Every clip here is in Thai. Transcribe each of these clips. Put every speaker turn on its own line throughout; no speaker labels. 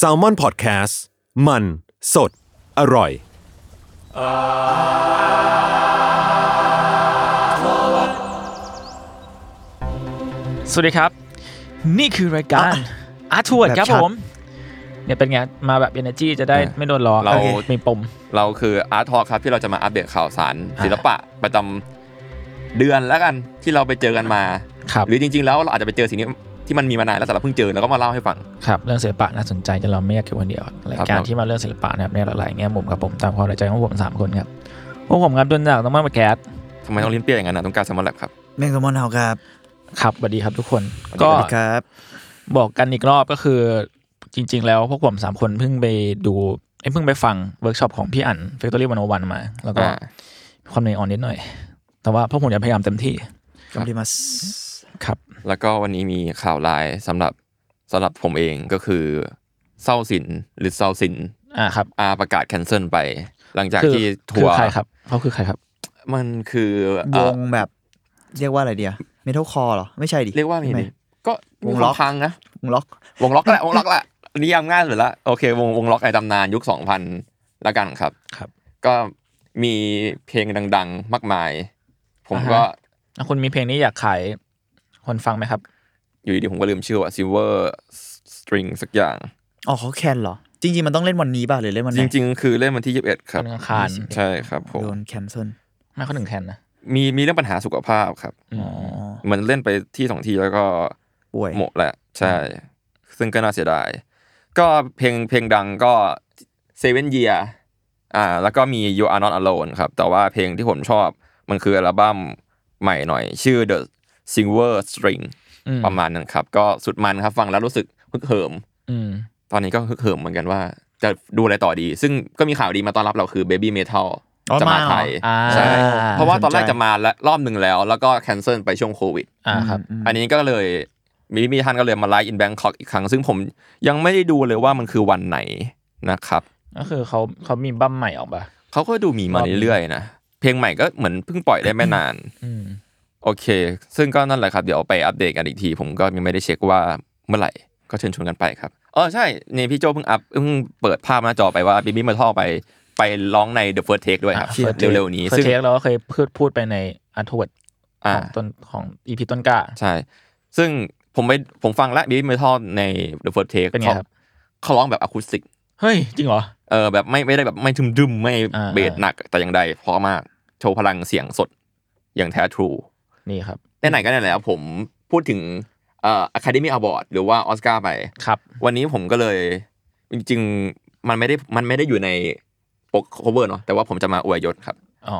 s a l m o n PODCAST มันสดอร่อย
สวัสดีครับ นี่คือรายการอาร์ทวดครับ
แบบชัด
ผมเนี่ยเป็นไงมาแบบเอเนจีจะได้
เออ
ไม่โดนล้อ
เรา
มีปม
เราคืออาร์ทอครับที่เราจะมาอัปเดตข่าวสารศิลปะประจำเดือนแล้วกันที่เราไปเจอกันมา
ครับ
หรือจริง ๆ แล้วเราอาจจะไปเจอสิ่งนี้ที่มันมีมานานแล้วแต่เราเพิ่งเจอแล้วก็มาเล่าให้ฟัง
ครับเรื่องศิลปะน่าสนใจจะเราไม่อยากเก็บคนเดียวรายการ
ครับ
ที่มาเรื่องศิลปะนะครับในหลายๆแง่มุมครับผมตามความในใจของผมสามคนครับพวกผมครับดนจากต้องมาแคส
ทำไมต้องลิ้นเปรี้ยอย่างนั้นนะต้องการสมอลแลบครับ
แมงกะมอนเฮาครับ
ครับสวัสดีครับทุกคน
สวัสดี
ก็
สวัสดีครับ
บอกกันอีกรอบก็คือ จริง ๆ แล้วพวกผมสามคนเพิ่งไปดูเอ้ยเพิ่งไปฟังเวิร์กช็อปของพี่อั๋นเฟคทอรี่วันวันมา แล้วก็
อ่า
ความในออนนิดหน่อย แต่ว่าพวกผมจะพยายามเต็มที่
กำลังมา
ครับ
แล้วก็วันนี้มีข่าวลายสำหรับสำหรับผมเองก็คือเศร้าสินหรือเศร้าสิน
อ่าครับ
อาประกาศแคนเซิลไป หลังจาก
คือ
ที่
คื
ทั
อ
วร์
ใครครับเขาคือใครครับ
มันคือ
ว
เอ่อง
แบบ เรียกว่าอะไรเดียเมทัลคอร์หรอ ไม่ใช่ดิ
เรียกว่ามี
ใช่ไห
ก็
วงล็อก
พังนะ
วงล็อก
วงล็อกแหละวงล็อกแหละนิยามง่ายสุดละโอเควงวงล็อกในตำนานยุคสองพันละกันครับ
ครับ
ก็มีเพลงดัง ๆ มากมาย ผมก็
อ่าฮะ อ่ะคุณมีเพลงนี้อยากขายคนฟังไหมครับ
อยู่ดีๆผมก็ลืมชื่อว่า silver string สักอย่าง
อ๋อเขาแคนเหรอ จริง ๆ มันต้องเล่นวันนี้ป่ะหรือเล่นวันไห
จ
น
ริง ๆ คือเล่นวันที่ 21 ครับ
วันอังคาร
ใช่ครับผม
โดนแคนเซิล
ไม่เขาหนึ่งแคนนะ
มีมีเรื่องปัญหาสุขภาพครับ
อ๋อ
เหมันเล่นไปที่สองที่แล้วก็
ป่วย
หมดแหละ ใช่ ซึ่งก็น่าเสียดาย ก็เพลงเพลงดังก็ seven year อ่า แล้วก็มี you are not alone ครับ แต่ว่าเพลงที่ผมชอบมันคืออัลบั้มใหม่หน่อย ชื่อ the silver string
อื
ประมาณนั้นครับ ก็สุดมันครับ ฟังแล้วรู้สึกฮึกเหิม
อืม
ตอนนี้ก็ฮึกเหิมเหมือนกันว่า จะดูอะไรต่อดี ซึ่งก็มีข่าวดีมาต้อนรับเราคือ Baby Metal
อ๋อ
จะมา
เหรอ
ไทย
อ่า
ใช่ เพราะว่าตอนแรก
สนใจ
จะมาและรอบหนึ่งแล้ว แล้วก็แคนเซิลไปช่วงโควิด
อ่าครับ
อันนี้ก็เลยมีมีท่านก็เลยมาไลฟ์อินแบงคอกอีกครั้ง ซึ่งผมยังไม่ได้ดูเลยว่ามันคือวันไหนนะครับ
ก็คือเขาเขามีบั้มใหม่ออกปะ
เขาก็ดูมีมาเรื่อยๆนะ เพลงใหม่ก็เหมือนเพิ่งปล่อยได้ไม่นาน
อืม
โอเค ซึ่งก็นั่นแหละครับ เดี๋ยวไปอัปเดตกันอีกที ผมก็ยังไม่ได้เช็คว่าเมื่อไหร่ ก็เชิญชวนกันไปครับเออใช่นี่พี่โจเพิ่งอัพเพิ่งเปิดภาพหน้าจอไปว่าบิบิมาท่อไปไปร้องใน The First Take ด้วยครับ
อ่ะ
เร็วๆนี้
เคย
ซึ่ง
เทคเราก็เคยพูดพูดไปในอัทวดข
อ่า
องต้นของอีพีต้นกล้า
ใช่ ซึ่งผมไปผมฟังและบิบิมาท่อใน The First Take
เป็นไงครับ
เขาเขาร้องแบบอะคูสติก
เฮ้ย จริงเหรอ
เออแบบไม่ไม่ได้แบบไม่ทึมดึมไม่
อ่า
เบสหนักแต่อย่างใดเพราะมากโชว์พลังเสียงสดอย่างแท้ทรู
นี่ครับ
ไหนๆก็ไหนๆแล้วผมพูดถึงเอ่อ Academy Award หรือว่าออสการ์ไป
ครับ
วันนี้ผมก็เลย จริงๆ มันไม่ได้มันไม่ได้อยู่ในปก cover เนาะแต่ว่าผมจะมาอวยยศครับ
อ๋อ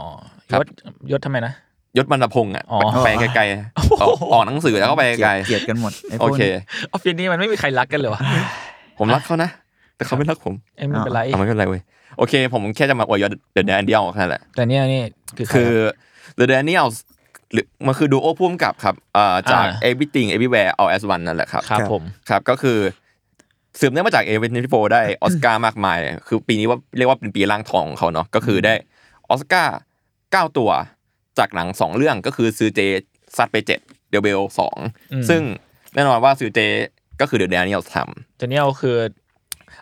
ครับ
ยศยศทำไมนะ
ยศบรรพงษ์อ่ะ
อ๋อ
ไปไกลๆออกออกหนังสือแล้วก็ไปไกล
เกลียดกันหมดไพ
โอ
วก
เค
ออฟฟิศนี้มันไม่มีใครรักกันเลยวะ
ผมรักเขานะ แต่เขาไม่รักผม
เอ้ยไม่เป็นไร
เอาไม่เป็นไรเว้ยโอเค ผมแค่จะมาอวยยศเดอะแดนเดียลแค่นั้นแหละ
แต่เนี่ยนี่คือใร
คือ
รับ
The Daniels หรือมันคือดูโอพ่วงกับครับเอ่อจาก
อ่า
Everything Everywhere All at Once นั่นแหละครับ
ครับผม
ครับ ก็คือสืบเนื่องมาจาก A24 ได้ออสการ์มากมาย คือปีนี้ว่าเรียกว่าเป็นปีร่างทองของเขาเนาะก็คือได้ออสการ์9ตัวจากหนัง 2 เรื่องก็คือซือเจซัดไป 7 เดลเบล
อืม
2 ซึ่งแน่นอนว่าซือเจก็คือเดอะแดเนียลทำ
แตเนี่ยคือ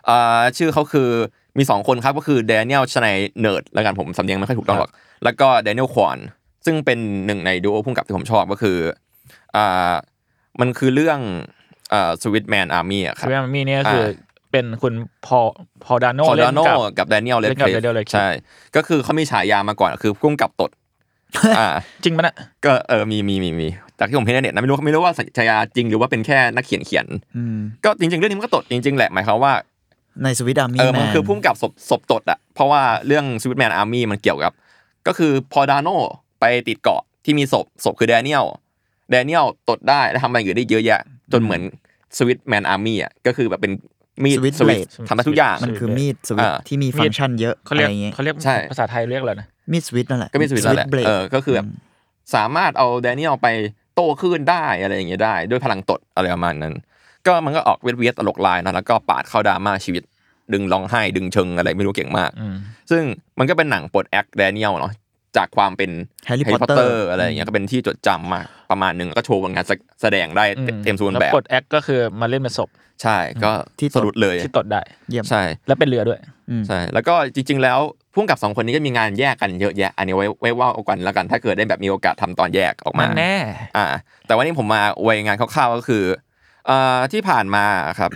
อ่าชื่อเขาคือมี 2 คนครับก็คือแดเนียลชไนเนิร์ดแล้วกันผมสำเนียงไม่ค่อยถูกต้องหรอก แล้วก็แดเนียลควอนซึ่งเป็นหนึ่งในดูโอพุ่มกับที่ผมชอบก็คืออ่ามันคือเรื่องสวิตแมนอาร์มี่อะค
ส
รับ
วีมีเนี่ยคือเป็นคุณพอพอดานโน
คอร์
เล่
ดานโน
กับ
กับแดเนียลเล
เล่
ด
นกับ Daniel
เล
Radcliffe
ใช่ ก็คือเขามีฉายามาก่อนคือกุ้งกับ ตด อ่า
จริงปะเนี่ย
ก็เออมีมีมีมีจากที่ผมเห็นในเน็ตนะไม่รู้ไม่รู้ว่าฉายาจริงหรือว่าเป็นแค่นักเขียนเขียน
อืม
ก็จริง ๆ เรื่องนี้มันก็ตดจริง ๆ แหละหมายความว่า
ในสวิตดามี
เออมันคือพุ่งกับศพศพตดอ่ะเพราะว่าเรื่องซูเปอร์แมนอาร์มี่มันเกี่ยวกับ ก็คือพอดาโนไปติดเกาะที่มีศพศพคือแดเนียลแดเนียลตดได้และทำอะไรอื่นได้เยอะแยะจนเหมือน สวิตแมนอาร์มี่อ่ะก็คือแบบเป็นมีด
Swiss
สวิต
blade
ทำได้ทุกอย่าง
มันคือมีดสวิตช์
อ่า
ที่มีฟังก์ชันเยอะ
เขา
อะไร
เรียก
อย่างเงี้ย
เขาเรียก
ใช่
ภาษาไทยเรียกอะไรนะ
มีดสวิตช์นั่นแหละ
ก็มีสวิตแล้วแหละ
เบรก
เออก็คือแบบสามารถเอาแดเนียลไปโต้คลื่นได้อะไรอย่างเงี้ยได้ ด้วยพลังตดอะไรประมาณนั้น ก็มันก็ออกเวทเวทตลกลายนะแล้วก็ปาดเข้าดราม่าชีวิต ดึงร้องไห้ดึงเชิงอะไรไม่รู้เก่งมาก
อืม
ซึ่งมันก็เป็นหนังปลดแอคแดเนียลเนาะจากความเป็น
Harry
Harry
Potter
Potter อะไรอย่างเงี้ยก็เป็นที่จดจำมากประมาณหนึ่งแล้วก็โชว์ผลงานแสดงได้
อื
เต็มส่วน
ล้ว
แบบ
กดแอคก็คือมาเล่นเป็นศพ
ใช่ก็
ที่ตด
สะดุดเลย
ที่ตดได้
เยี่ยม
ใช่
และเป็นเรือด้วย
อืม
ใช่ แล้วก็จริง ๆ แล้วพุ่งกับสองคนนี้ก็มีงานแยกกันเยอะแยะ อันนี้ไว้ไว้ว่ากันแล้วกันถ้าเกิดได้แบบมีโอกาสทำตอนแยกออกมา
มันแน่
อ่าแต่วันนี้ผมมาไวยงานคร่าวๆก็คือเอ่อที่ผ่านมาครับ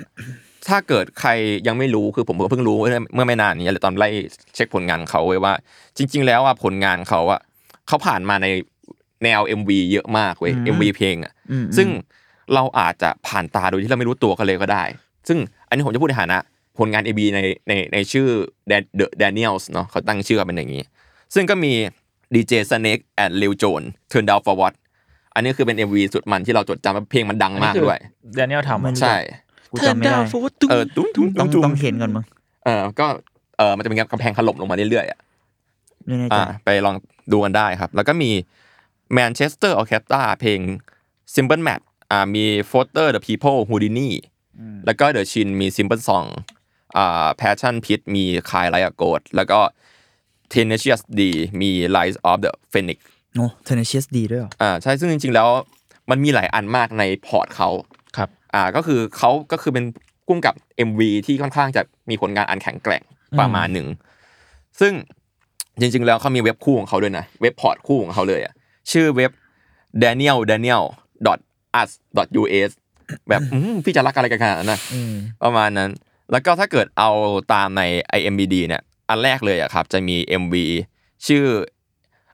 ถ้าเกิดใครยังไม่รู้คือผมก็เพิ่งรู้เมื่อไม่นานนี้เลยตอนไล่เช็คผลงานเขาไว้ยว่า จริง ๆ แล้วอ่ะผลงานเขาอ่ะเขาผ่านมาในแนว MV เยอะมากเว้ย MV เพลงอ่ะ
อืม
ซึ่งเราอาจจะผ่านตาโดยที่เราไม่รู้ตัวกันเลยก็ได้ ซึ่งอันนี้ผมจะพูดในฐานะผลงาน AB ในในในชื่อ The Daniels เนาะเขาตั้งชื่อกันเป็นอย่างนี้ ซึ่งก็มี DJ Snake and Lil Jon Turn Down for What อันนี้คือเป็น MV สุดมันที่เราจดจำว่าเพลงมันดังมากด้วย
แดเนียลทำ
ใช่
กูจำไม่ได้
เออตุ้มตุ้ม
ต้
ตุ้
อง
มตุ้ม
ต้องเห็นก่อนมั้ง
เออก็เออมันจะเป็นกำแพงถล่มลงมาเรื่อยๆอะ
ไม่แน่ใจ
อ่าไปลองดูกันได้ครับ แล้วก็มีแมนเชสเตอร์ออเคสตราเพลง Simple Map อ่ามี f o t e r The People Houdini แล้วก็ The Chin มี Simple Song อ่า Passion Pit มี Kai Like a Goat แล้วก็ Tenacious D มี Rise of the Phoenix
โอ้เทนเชียสดีด้วยเหรอ
อ่าใช่ซึ่งจริง ๆ แล้วมันมีหลายอันมากในพอร์ตเขา
ครับ
อ่าก็คือเขาก็คือเป็นกุ้มกับ MV ที่ค่อนข้างจะมีผลงานอันแข็งแกร่งประมาณหนึ่ง ซึ่งจริง ๆ แล้วเขามีเว็บคู่ของเขาด้วยนะ เว็บพอร์ตคู่ของเขาเลยอ่ะชื่อเว็บ daniel daniel us us แบบอื้อหือพี่จะรักอะไรกันขนาดนั้นนะ
อืม
ประมาณนั้น แล้วก็ถ้าเกิดเอาตามใน IMBD เนี่ย อันแรกเลยอะครับ จะมี MV ชื่อ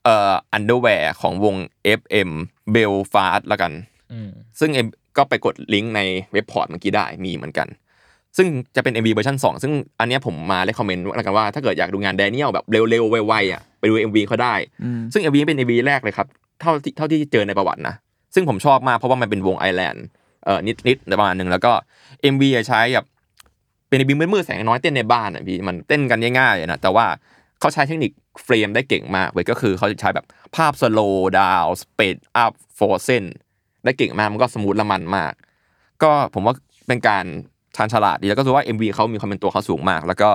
เอ่อ underwear ของวง FM Belfast ละกัน
อืม
ซึ่ง M- ก็ไปกดลิงก์ในเว็บพอร์ตเมื่อกี้ได้มีเหมือนกัน ซึ่งจะเป็น MV เวอร์ชัน2 ซึ่งอันเนี้ยผมมาเลคคอมเมนต์แล้วกันว่าถ้าเกิดอยากดูงานแดเนียลแบบเร็วๆ ไวๆอ่ะไปดู MV เขาได้
อืม
ซึ่ง MV เป็น MV แรกเลยครับ เท่าที่เท่าที่เจอในประวัตินะ ซึ่งผมชอบมากเพราะว่ามันเป็นวงไอแลนด์เอ่อนิดนิดประมาณหนึ่งแล้วก็ MV อะใช้แบบเป็น MV มืดๆแสงน้อยเต้นในบ้านอ่ะพี่มันเต้นกันง่ายๆอะนะแต่ว่าเขาใช้เทคนิคเฟรมได้เก่งมากเว้ยก็คือเขาจะใช้แบบภาพสโลว์ดาวสเปดอัพโฟเซนได้เก่งมากมันก็สมูทละมันมาก ก็ผมว่าเป็นการชาญฉลาดดีแล้วก็รู้ว่า MV เขามีความเป็นตัวเขาสูงมาก แล้วก็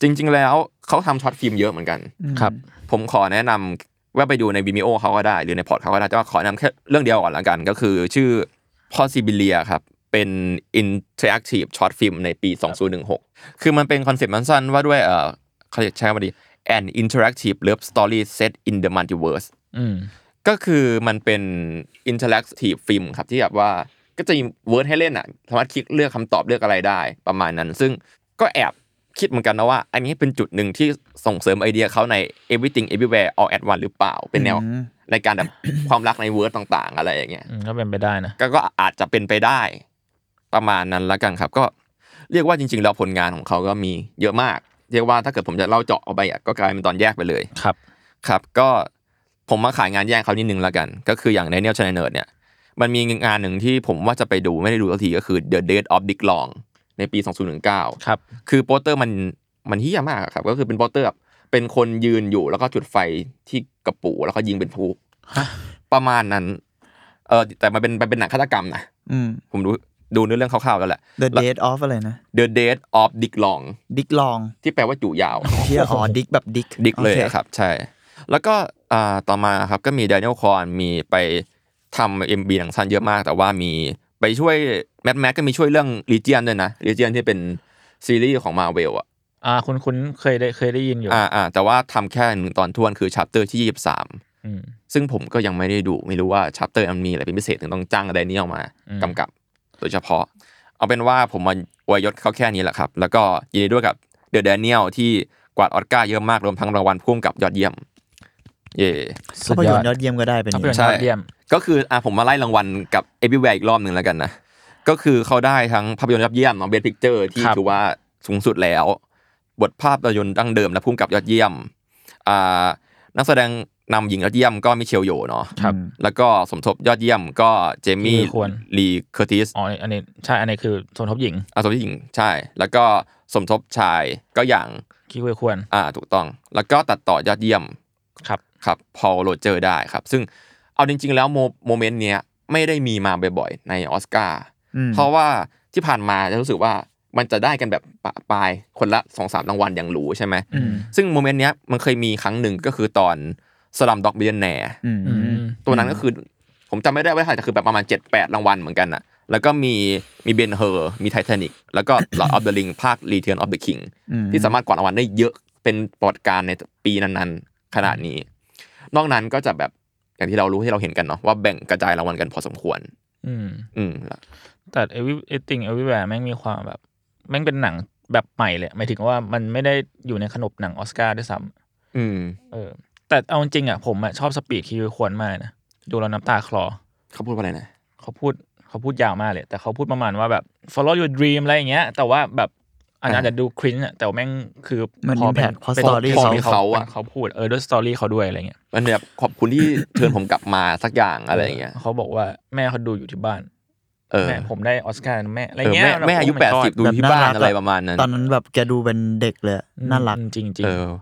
จริง ๆ แล้วเขาทำช็อตฟิล์มเยอะเหมือนกัน
ครับ
ผมขอแนะนำว่าไปดูใน Vimeo เขาก็ได้ หรือในพอร์ตเขาก็ได้แต่ว่าขอแนะนำแค่เรื่องเดียวก่อนละกัน ก็คือชื่อ Possibilia ครับ เป็น interactive short film ในปี 2016 คือมันเป็นคอนเซ็ปต์สั้นๆว่าด้วยเออเขาจะใช้คำว่าดี an interactive love story set in the multiverse
อืม
ก็คือมันเป็น interactive film ครับที่แบบว่าก็จะมีเวิร์ดให้เล่นอ่ะสามารถคลิกเลือกคำตอบเลือกอะไรได้ประมาณนั้น ซึ่งก็แอบคิดเหมือนกันนะว่า อันนี้เป็นจุดหนึ่งที่ส่งเสริมไอเดียเขาใน everything everywhere all at once หรือเปล่า เป็นแนว
อืม
ในการแบบ ความรักในเวิร์ดต่างๆ อะไรอย่างเงี้ย
อืมก็เป็นไปได้นะ
ก็ก็อาจจะเป็นไปได้ประมาณนั้นละกันครับ ก็เรียกว่าจริง ๆ แล้วผลงานของเขาก็มีเยอะมาก เรียกว่าถ้าเกิดผมจะเล่าเจาะเอาไปอ่ะก็กลายเป็นตอนแยกไปเลย
ครับ
ครับก็ผมมาขายงานแย่งเขานิดนึงแล้วกัน ก็คืออย่างในเนียลชนเนิร์ดเนี่ยมันมีงานหนึ่งที่ผมว่าจะไปดูไม่ได้ดูสักทีก็คือ The d a t e of Dick Long ในปี 2019
ครับ
คือโปสเตอร์มันมันเฮี้ยมากอะครับ ก็คือเป็นโปสเตอร์แบบเป็นคนยืนอยู่แล้วก็จุดไฟที่กระปูแล้วก็ยิงเป็นพลุประมาณนั้นเออแต่มันเป็นมันเป็นหนังฆาตกรรมนะ
อืม
ผมดูดูเนื้อเรื่องคร่าวๆแล้วแหละ
The
แล้ว
Date of อะไรนะ
The d a t e of Dick Long
ดิกลอง
ที่แปลว่าจู่ยาว
เที่ย อ๋อดิกแบบดิก
ดิกเลย
โอ
อะครับ ใช่ แล้วก็อ่าต่อมาครับก็มี d ด n น e l ลคอนมีไปทำเอ็มบีหนังสั้นเยอะมาก แต่ว่ามีไปช่วยแมทแมทก็มีช่วยเรื่องลีเจียนด้วยนะลีเจียนที่เป็นซีรีส์ของมาเวลอ่ะ
อ่า คุณคุณเคยได้เคยได้ยินอยู่
อ่าอ่าแต่ว่าทำแค่หนึ่งตอนท้วนคือชัปเตอร์ที่ 23
อืม
ซึ่งผมก็ยังไม่ได้ดู ไม่รู้ว่าชัปเตอร์มันมีอะไรเป็นพิเศษถึงต้องจ้างไดเนียลมา
อืม
กำกับ โดยเฉพาะ เอาเป็นว่าผมมาอวยยศเขาแค่นี้แหละครับ แล้วก็ยินดีด้วยกับเดอะแดเนียลที่กวาดออสการ์เยอะมากรวมทั้งรางวัลพ่วงกับยอดเยี่ยม เย่
ภาพยนตร์ยอดเยี่ยมก็ได้เป็นอ
ภาพ
ย่าง
ยนตร์
ใช่
ยอดเยี่ยม
ก็คืออ่ะผมมาไล่รางวัลกับเอ r ิแวร์อีกรอบหนึ่งแล้วกันนะก็คือเขาได้ทั้งภาพยนตร์ยอดเยี่ยมของเบสพิกเจอร์ที่
ครับ
ถือว่าสูงสุดแล้ว บทภาพยนตร์ดั้งเดิมและพุ่มกับยอดเยี่ยมอ่านักแสดง นำหญิงยอดเยี่ยมก็มิเชลโยเนาะ
ครับ
อืม
แล้วก็สมทบยอดเยี่ยมก็เจมี่
ลีควร
ลีเคอร์ติส
อ๋ออันนี้ใช่อันนี้คือสมทบหญิง
อาสมทบหญิงใช่ แล้วก็สมทบชายก็อย่าง
คิดว่าควร
อ่าถูกต้อง แล้วก็ตัดต่อยอดเยี่ยม
ครับ
ครับพอโรเจอร์ได้ครับ ซึ่งเอาจริง ๆ แล้วโมโมเมนต์เนี้ยไม่ได้มีมาบ่อยๆในออสการ์
อืม
เพราะว่าที่ผ่านมาจะรู้สึกว่ามันจะได้กันแบบปะปลายคนละสองสามรางวัลอย่างหรูใช่ไหม
อืม
ซึ่งโมเมนต์เนี้ยมันเคยมีครั้งหนึ่งก็คือตอนสลัมด็อกเบียนแน
อืม
อืม
ตัวนั้นก็คือผมจำไม่ได้ว่าเท่าไหร่แต่คือแบบประมาณ 7 8 รางวัลเหมือนกันน่ะ แล้วก็มีมีเบนเฮอร์มีไททานิกแล้วก็ Lord of the Ring ภาค Return of the King
อืม
ที่สามารถกวาดรางวัลได้เยอะเป็นปรากฏการณ์ในปีนั้นๆ ขนาดนี้ นอกนั้นก็จะแบบอย่างที่เรารู้ที่เราเห็นกันเนาะว่าแบ่งกระจายรางวัลกันพอสมควร
อืม
อืม
แต่เอวิเอติงเอวิแวร์แม่งมีความแบบ แม่งเป็นหนังแบบใหม่เลยหมายถึงว่ามันไม่ได้อยู่ในขนบหนังออสการ์ด้วยซ้
อืม
ำเออ แต่เอาจริงๆอ่ะผมอ่ะชอบสปีดคิวควรมากเลยนะดูแล้วน้ำตาคลอ
เขาพูดว่าอะไรนะ
เขาพูดเขาพูดยาวมากเลย แต่เขาพูดประมาณว่าแบบ follow your dream อะไรอย่างเงี้ย แต่ว่าแบบอันนั้นอาจจะดูคริ้นอะแต่ว่าแม่งคือ
มัน
พอ
อิมแพ
เป็
คน เพราะ
เป็น
สตอรี่
พ
เขา
อ มีเขาอะ
เป็นเขาพูดเออด้วยสตอรี่เขาด้วยอะไรเงี้ย
มันแบบขอบคุณที่ เชิญผมกลับมาสักอย่างอะไรอย่างเงี้ย
เขาบอกว่าแม่เขาดูอยู่ที่บ้าน
เออ
แม่ผมได้ออสการ์นะแม่อะไร
เออ
เงี้ย
แม่แม่อายุ
บบ
แปด
Oh my
สิบ
god
ดูอยู่ที่บ้านอะไรประมาณนั้น
ตอนนั้นแบบแกดูเป็นเด็กเลย น่ารัก
อืมจริงจริง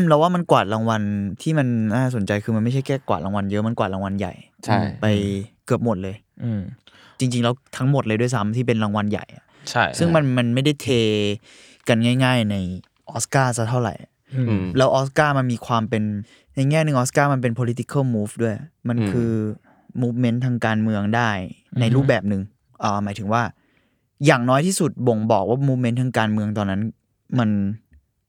เออ
เราว่ามันกวาดรางวัลที่มันน่าสนใจคือมันไม่ใช่แค่กวาดรางวัลเยอะมันกวาดรางวัลใหญ่
ใช่
ไปเกือบหมดเลย
อืม
จริง ๆ แล้วทั้งหมดเลยด้วยซ้ำที่เป็นรางวัลใหญ่อะ
ใช่
ซึ่งมันมันไม่ได้เทกันง่าย ๆ ในออสการ์ซะเท่าไหร่
อืม
อืม
แล้วออสการ์มันมีความเป็นในแง่หนึ่งออสการ์มันเป็น political move ด้วย มัน
อืม
คือ movement ทางการเมืองได้ใน
อือฮึ
รูปแบบหนึ่งอ่าหมายถึงว่า อย่างน้อยที่สุดบ่งบอกว่า movement ทางการเมืองตอนนั้น มัน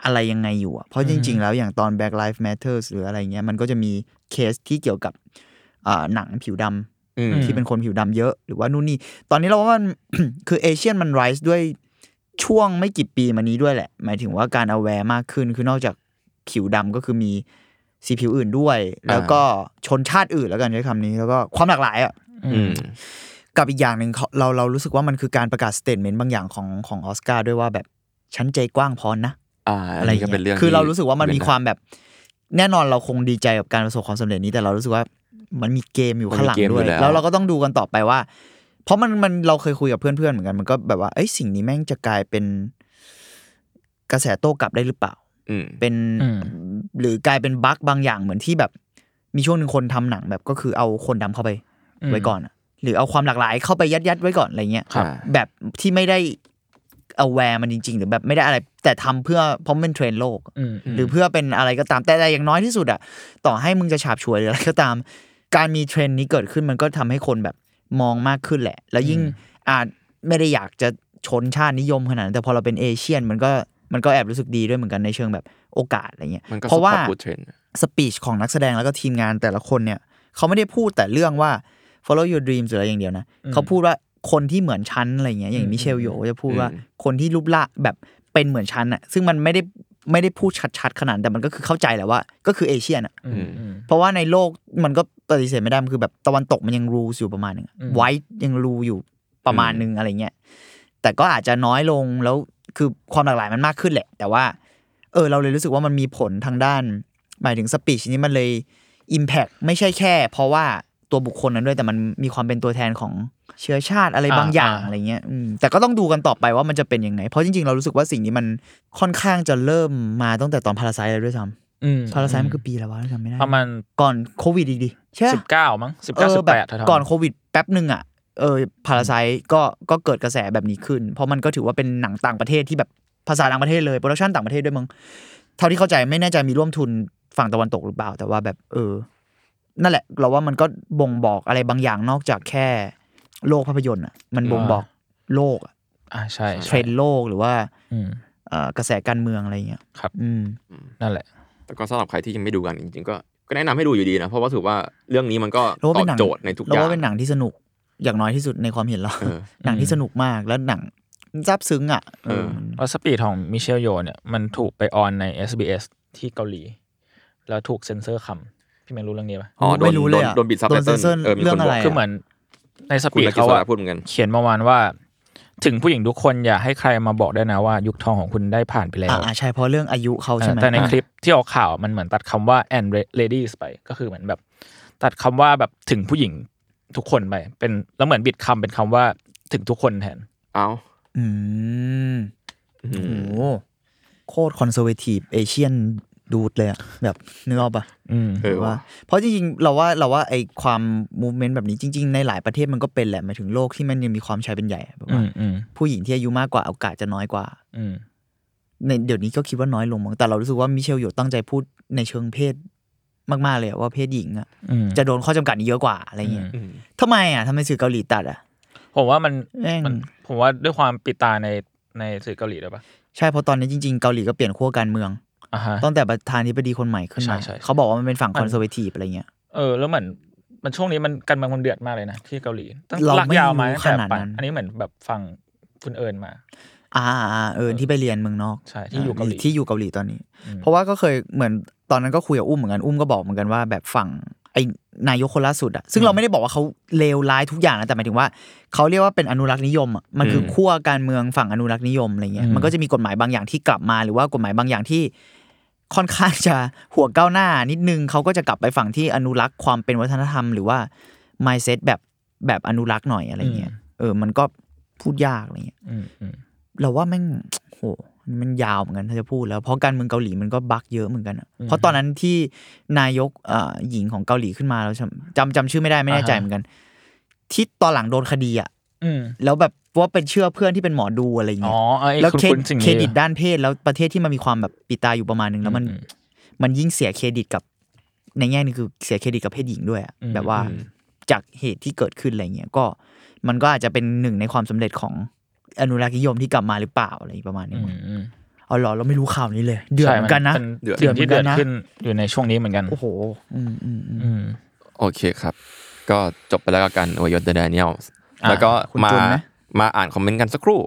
อะไรยังไงอยู่อะเพราะจริง ๆ แล้วอย่างตอน Black Lives Matter หรืออะไรเงี้ยมันก็จะมีเคสที่เกี่ยวกับอ่าหนังผิวดำ
อืม
ที่เป็นคนผิวดำเยอะหรือว่านู่นนี่ ตอนนี้เราว่ามัน คือเอเชียนมันไรซ์ด้วยช่วงไม่กี่ปีมานี้ด้วยแหละ หมายถึงว่าการเอาแวร์มากขึ้น คือนอกจากผิวดำก็คือมีสีผิวอื่นด้วย แล้วก็ชนชาติอื่นแล้วกันใช้คำนี้ แล้วก็ความหลากหลายอ่ะ
อืม
กับอีกอย่างหนึ่งเขาเราเรารู้สึกว่ามันคือการประกาศสเตทเมนต์บางอย่างของของออสการ์ด้วยว่าแบบฉันใจกว้างพอนะ
อ่า
อะไรอย่าง
ก็เป็นเรื่
เงี้
อง
ยคือเรา
ที่
รู้สึกว่ามันมีความแบบ แน่นอนเราคงดีใจกับการประสบความสำเร็จนี้ แต่เรารู้สึกว่ามันมีเกมอยู่ข้างหลังด้วย แล้วเราก็ต้องดูกันต่อไปว่า เพราะมันมันเราเคยคุยกับเพื่อนๆเหมือนกันมันก็แบบว่าเอ้ยสิ่งนี้แม่งจะกลายเป็นกระแสโต้กลับได้หรือเปล่า
อืม
เป็น
อืม
หรือกลายเป็นบั๊กบางอย่างเหมือนที่แบบมีช่วงหนึ่งคนทำหนังแบบก็คือเอาคนดำเข้าไป ไว้ก่อนอะหรือเอาความหลากหลายเข้าไปยัดยัดๆไว้ก่อนอะไรเงี้ย
ครับ
แบบที่ไม่ได้เอาแวร์มันจริง ๆ หรือแบบไม่ได้อะไร แต่ทำเพื่อเพราะมันเป็นเทรนด์โลก
อืมอืม
หรือเพื่อเป็นอะไรก็ตามแต่แต่อย่างน้อยที่สุดอะต่อให้มึงจะฉาบฉวยหรืออะไรก็ตาม การมีเทรนด์นี้เกิดขึ้นมันก็ทำให้คนแบบมองมากขึ้นแหละ แล้วยิ่งอาจไม่ได้อยากจะชนชาตินิยมขนาดนั้นแต่พอเราเป็นเอเชียนมันก็มันก็แอบรู้สึกดีด้วยเหมือนกันในเชิงแบบโอกาสอะไรเงี้ย
มันก็
เพราะว่า
พูดเทรนด์
สปีชของนักแสดงแล้วก็ทีมงานแต่ละคนเนี่ย เขาไม่ได้พูดแต่เรื่องว่า follow your dreams หรืออะไรอย่างเดียวนะ เขาพูดว่าคนที่เหมือนฉันอะไรเงี้ยอย่างมิเชลโยจะพูดว่าคนที่รูปละแบบเป็นเหมือนฉันอะซึ่งมันไม่ได้ไม่ได้พูดชัดๆ ขนาดนั้นแต่มันก็คือเข้าใจแหละว่า ก็คือเอเชียนอะ
อืมอืม
เพราะว่าในโลกมันก็ปฏิเสธไม่ได้มันคือแบบตะวันตกมันยังรูอยู่ประมาณหนึง
อืม
ไวท์ยังรูอยู่ประมาณหนึงอะไรเงี้ยแต่ก็อาจจะน้อยลงแล้วคือความหลากหลายมันมากขึ้นแหละ แต่ว่า เออเราเลยรู้สึกว่ามันมีผลทางด้าน หมายถึงสปีชนี้มันเลย Impact ไม่ใช่แค่ เพราะว่าตัวบุคคลนั้นด้วย แต่มันมีความเป็นตัวแทนของเชื้อชาติอะไรบางอย่าง
อ่า
อะไรเงี้ยอืมแต่ก็ต้องดูกันต่อไปว่ามันจะเป็นยังไง เพราะจริงๆ เรารู้สึกว่าสิ่งนี้มันค่อนข้างจะเริ่มมาตั้งแต่ตอนพาราไซแล้วด้วยซ้
อืม
ำพาราไซมันคือปีแล้ววะเราจำไม่ได้
ประมาณ
ก่อนโควิดอีกดิใช่ปะ
สิบเก้ามั้งสิบ
เอ
เก้า
อ
สิบ
แบ
แปด
บก่อนโควิดแป๊บหนึ่งอ่ะเออพาราไซก็ก็เกิดกระแสแบบนี้ขึ้น เพราะมันก็ถือว่าเป็นหนังต่างประเทศที่แบบภาษาต่างประเทศเลยโปรดักชันต่างประเทศด้วยมั้งเท่าที่เข้าใจไม่แน่ใจมีร่วมทุนฝั่งตะวันตกหรือเปล่า แต่ว่าแบบเออ นั่นแหละ เราว่ามันก็บ่งบอกอะไรบางอย่างนอกจากแค่โลกภาพยนตร์อ่ะมันบ่งบอกโลกอะ
อ่าใช่
เท
ใช่
รนด์โลกหรือว่า
อืม
เอ่อกระแสการเมืองอะไรอย่างเงี้ย
ครับ
อืม
นั่นแหละ
แต่ก็สำหรับใครที่ยังไม่ดูกันจริงๆก็ก็แนะนำให้ดูอยู่ดีนะ เพราะว่าถือว่าเรื่องนี้มันก็
เรา
ต
ว่า
อบ
เป็นหนัง
โจทย์ในทุกอ
เรา
ย่าง
ว่าเป็นหนังที่สนุกอย่างน้อยที่สุดในความเห็นเรา
เออ
หนังที่สนุกมากแล้วหนังซาบซึ้งอ่ะเออ
แล้วสปีดของมิเชลโยเนี่ยมันถูกไปออนใน SBS ที่เกาหลี แล้วถูกเซ็นเซอร์คำพี่แมนรู้เรื่องนี้ปะ
อ๋อโด
ไม่
น
รู้
โด
เลย
น
อะ
โดนบิดซับ
โด
ไต
น
เติ้ล
censor
เออมี
เรื่
ค
อน ง
บอ
อะไร
ก
อะ
คือเหมือนในส
คุณ
ปีด
นักกิจ
เขา
ส
อะ
ระพูดเหมือนกัน
เขียนประมาณว่า ถึงผู้หญิงทุกคนอย่าให้ใครมาบอกได้นะว่ายุคทองของคุณได้ผ่านไปแล้ว
อ่าใช่เพราะเรื่องอายุเขาใช่ไหม
แต่ในคลิปที่ออกข่าวมันเหมือนตัดคำว่า and ladies ไปก็คือเหมือนแบบ ตัดคำว่าแบบถึงผู้หญิงทุกคนไป เป็นแล้วเหมือนบิดคำเป็นคำว่าถึงทุกคนแทน
เอ้า
อืม
อื
โอ้
ม
โหโคตรคอนเซอร์เวทีฟเอเชียนดูดเลยอะแบบนึกออกปะ
อืม
เออ
ว่า
ว่ะ
เพราะจริงๆ เราว่าเราว่าไอ้ความมูฟเมนต์แบบนี้จริง ๆ ในหลายประเทศมันก็เป็นแหละหมายถึงโลกที่มันยังมีความชายเป็นใหญ่แบบ
อื
ว่าม
อืม
ผู้หญิงที่อายุมากกว่าโอกาสจะน้อยกว่า
อืม
ในเดี๋ยวนี้ก็คิดว่าน้อยลงมั้งแต่เรารู้สึกว่ามิเชลโยตั้งใจพูดในเชิงเพศมากๆเลยอะว่าเพศหญิงอะ
อืม
จะโดนข้อจำกัดนี้เยอะกว่าอะไรเงี้ย
อืม
ทำไมอะทำไมสื่อเกาหลีตัดอะ
ผมว่ามัน
แม่ง
มันผมว่าด้วยความปิดตาในในสื่อเกาหลีด้วยปะ
ใช่เพราะตอนนี้จริง ๆ เกาหลีก็เปลี่ยนขั้วการเมือง
อ่าฮะ
ตั้งแต่ประธานาธิบดีคนใหม่ขึ้นมา
ใช่ใช่ใช่
เขาบอกว่ามันเป็นฝั่งคอนเซอร์เวทีฟอะไรเงี้ย
เออแล้วเหมือนมันช่วงนี้มันการเมืองมันเดือดมากเลยนะที่เกาหลีตั้ง
เรา
ลากยาวมา
ไม่รู้
ตั้งแต่
ขนาด
ปัน
นั้น
อันนี้เหมือนแบบฟังคุณเอิญมา
อ่าอ่าเออที่ไปเรียนเมืองนอก
ใช่ที่อยู่เกาหลี
ที่อยู่เกาหลีตอนนี้
อืม
เพราะว่าก็เคยเหมือนตอนนั้นก็คุยกับอุ้มเหมือนกันอุ้มก็บอกเหมือนกันว่าแบบฝั่งไอ้นายกคนล่าสุดอะซึ่งเราไม่ได้บอกว่าเขาเลวร้ายทุกอย่างนะแต่หมายถึงว่าเขาเรียกว่าเป็นอนุรักษ์นิยมอะมันคือ
อืม
ขั้วการเมืองฝั่งอนุรักษ์นิยมอะไรเงี้ย
อืม
มันก็จะมีกฎหมายบางอย่างที่กลับมาหรือว่ากฎหมายบางอย่างที่ ค่อนข้างจะหัวก้าวหน้านิดนึงเขาก็จะกลับไปฝั่งที่อนุรักษ์ความเป็นวัฒนธรรม หรือว่า mindset แบบแบบอนุรักษ์หน่อยอะไรเงี้ยเออมันก็พูดยากอะไรเงี้ย
อืมอืม
เราว่าแม่ง โห มันยาวเหมือนกันถ้าจะพูดแล้ว เพราะการเมืองเกาหลีมันก็บักเยอะเหมือนกันอะเพราะตอนนั้นที่นายกเอ่อหญิงของเกาหลีขึ้นมาเราจำจำจำชื่อไม่ได้ไม่แน่ใจเหมือนกัน ที่ตอนหลังโดนคดีอะ
อืม
แล้วแบบว่าเป็นเชื่อเพื่อนที่เป็นหมอดูอะไรอย่าง
อ๋
เงี้
อยไอ้
แล้ว
คุณ
เคร
คุณสิ่ง
เคร
นี้
ดิตด้านเพศแล้วประเทศที่มันมีความแบบปิดตาอยู่ประมาณนึงแล้วมัน
อืม
มันยิ่งเสียเครดิตกับ ในแง่หนึงคือเสียเครดิตกับเพศหญิงด้วยอะ
อืม
แบบว่าจากเหตุที่เกิดขึ้นอะไรเงี้ยก็มันก็อาจจะเป็นหนึ่งในความสำเร็จของอนุรักษ์นิยมที่กลับมาหรือเปล่าอะไรประมาณนี้
อื
มั้ง
มอืม
เอาเหรอเราไม่รู้ข่าวนี้เลย เดือดเหมือนกันนะ
ใช่มั
เดือด
เดือดที่
เดื
เดือ
อ
ด
ดเหมือนกันนะ
ขึ้นอยู่ในช่วงนี้เหมือนกัน
โอ้โห อืมอืมอืม
อืม
โอเคครับ ก็จบไปแล้วกับการอวยยศเดนเนียล
อ่ะ
แล้วก็
คุณ
มา
จุนนะ
มาอ่านคอมเมนต์กันสักครู่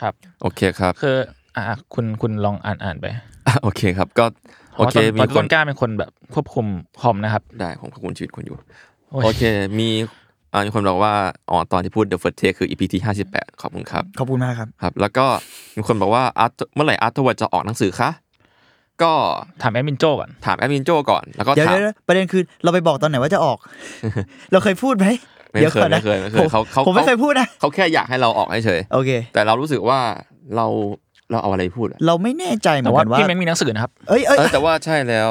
ครับ
โอเคครับ
คืออ่ะอ่ะคุณคุณลองอ่านอ่านไป
โอเคครับ ก็โอเค
พราะตนตอน
มีค
ต้
น
นกล้าเป็นคนแบบควบคุมคอมนะครับ
ได้ผมขอบคุณชีวิตคุณอยู่
โอ้ย
โอเค มีอ่ามีคนบอกว่า อ๋อ ตอนที่พูด The First Take คือ EP ที่58 ขอบคุณครับ
ขอบคุณมากครับ
ครับ แล้วก็มีคนบอกว่าอาร์ตเมื่อไหร่อาร์ตวัจะออกหนังสือคะ ก็
ถามแอดมินโจก่อน
ถามแอดมินโจก่อน แล้วก็
เดี๋ยว
ถาม
เดี๋ยวประเด็นคือเราไปบอกตอนไหนว่าจะออก เราเคยพูดไหม
ไม่
ดี๋ว
เคย
ก่อนนะ
ไม่เคยไม่เคย
ผม
เขาเขา
ผมไม่
เขา
เคยพูดนะ
เขาแค่อยากให้เราออกเฉย
โอเค
ๆแต่เรารู้สึกว่าเราเราเอาอะไรพูดอะ
เราไม่แน่ใจเหมื
แต่
อน
ว่า
กันว่า
พี่เม้งมีหนังสือนะครับ
เอ้ยเอ้ย
เออแต่ว่าใช่แล้ว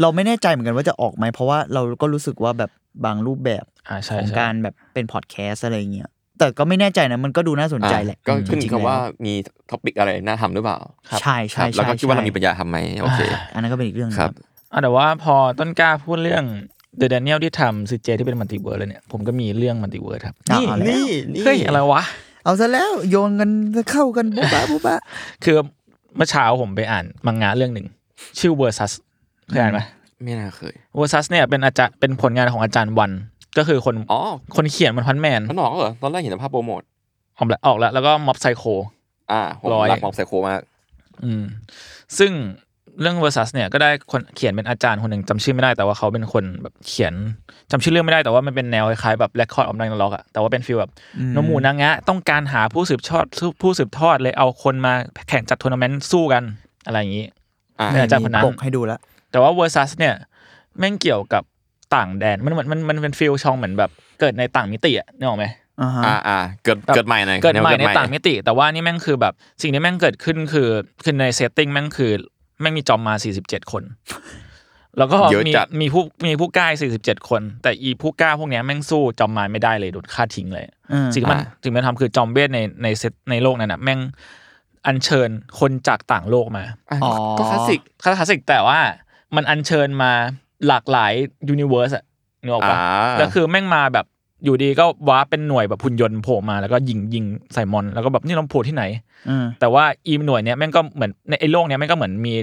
เราไม่แน่ใจเหมือนกันว่าจะออกไหมเพราะว่าเราก็รู้สึกว่าแบบบางรูปแบบ
อ่าใช่
ของ
ใช่
การแบบเป็นพอดแคสอะไรเงี้ย แต่ก็ไม่แน่ใจนะ มันก็ดูน่าสนใจแหละ
อ่ะก็ขึ้นอ
จริ
ยู่
ง
กับ
ๆ
ว่า
แล้
มีท็อปิกอะไรน่าทำหรือเปล่า
ใช่
ครั
ใช่
บ
ใช่
แล้วก็คิดว่าเรามี
ใช่
ปัญญาทำไหมโอเค
อันนั้นก็เป็นอีกเรื่องหนึ่ง
ค
ค
รั
รั
บบ
อ่ะแต่ว่าพอต้นกล้าพูดเรื่องเด e d น n น e l ที่ทำซีเจที่เป็นมัลติเวิร์ดเลยเนี่ย ผมก็มีเรื่องมัลติเวิร์ดครับ
อ่ะเอาแล้ว
เฮ้ยอะไรวะ
เอาซะแล้วโยนกันเข้ากันบุ๊บะบุ๊บะ
คือเมื่อเช้าผมไปอ่านมังงะเรื่องหนึ่ง ชื่อ Versus เคยอ่านไหม
ไม่น่าเคย
Versus เนี่ยเป็นอาจารย์เป็นผลงานของอาจารย์วัน ก็คือคน
อ๋อ
คนเขียนมันพันแมน
มันออกเหรอตอนแรกเห็นแต่ภาพโปรโมท
ออกแล้วออกแล้วแล้วก็ม็อบไซโค
อ่าผม
ร้อย
รักมอบไซโคมาก
อืมซึ่งเรื่อง versus เนี่ยก็ได้คนเขียนเป็นอาจารย์คนหนึ่งจำชื่อไม่ได้แต่ว่าเขาเป็นคนแบบเขียนจำชื่อเรื่องไม่ได้แต่ว่ามันเป็นแนวคล้ายๆแบบ record of nine log อะแต่ว่าเป็นฟีลแบบโนมูนางะ ต้องการหาผู้สืบทอดผู้สืบทอดเลยเอาคนมาแข่งจัดทัวร์นาเมนต์สู้กันอะไรอย่างนี้
อ่า
เนี่ย จรย์คนนั้น
มีปกให้ดูแล้ว
แต่ว่า versus เนี่ยแม่งเกี่ยวกับต่างแดนมันเหมือนมันมันเป็นฟีลชองเหมือนแบบเกิดในต่างมิติอะนึกออกไหม
อ่าฮะ
อ่าอ่าเกิด
แบบ
เกิดใหม่หน่อย
เกิด
แนว
ใหม่ในต่างมิติ แต่ว่านี่แม่งคือแบบสิ่งที่แม่งเกิดขึ้นคือคือในเซตติ้งแม่งคือแม่งมีจอมมา 47 คน แล้วก็
เยอะ
มี
จัด
มีผู้มีผู้กล้า47 คน แต่อีผู้กล้าพวกเนี้ยแม่งสู้จอมมารไม่ได้เลยโดนฆ่าทิ้งเลย
อืม
สิ่งที่มัน
อ่า
สิ่งที่มันทำคือจอมเวทในในเซตในโลกนั้นน่ะแม่งอัญเชิญคนจากต่างโลกมา
อ่ะ
อ๋อ
ก็คลาสสิก
คลาสสิกแต่ว่ามันอัญเชิญมาหลากหลายยูนิเวอร์สอะนึกออก
อ่า
ปะ ก็คือแม่งมาแบบอยู่ดีก็ว้าร์ปเป็นหน่วยแบบหุ่นยนต์โผล่มาแล้วก็ยิงยิงใส่มอนแล้วก็แบบนี่เราโผล่ที่ไหน
อืม
แต่ว่าอีหน่วยเนี้ยแม่งก็เหมือนในไอ้โลกเนี้ยแม่งก็เหมือนมี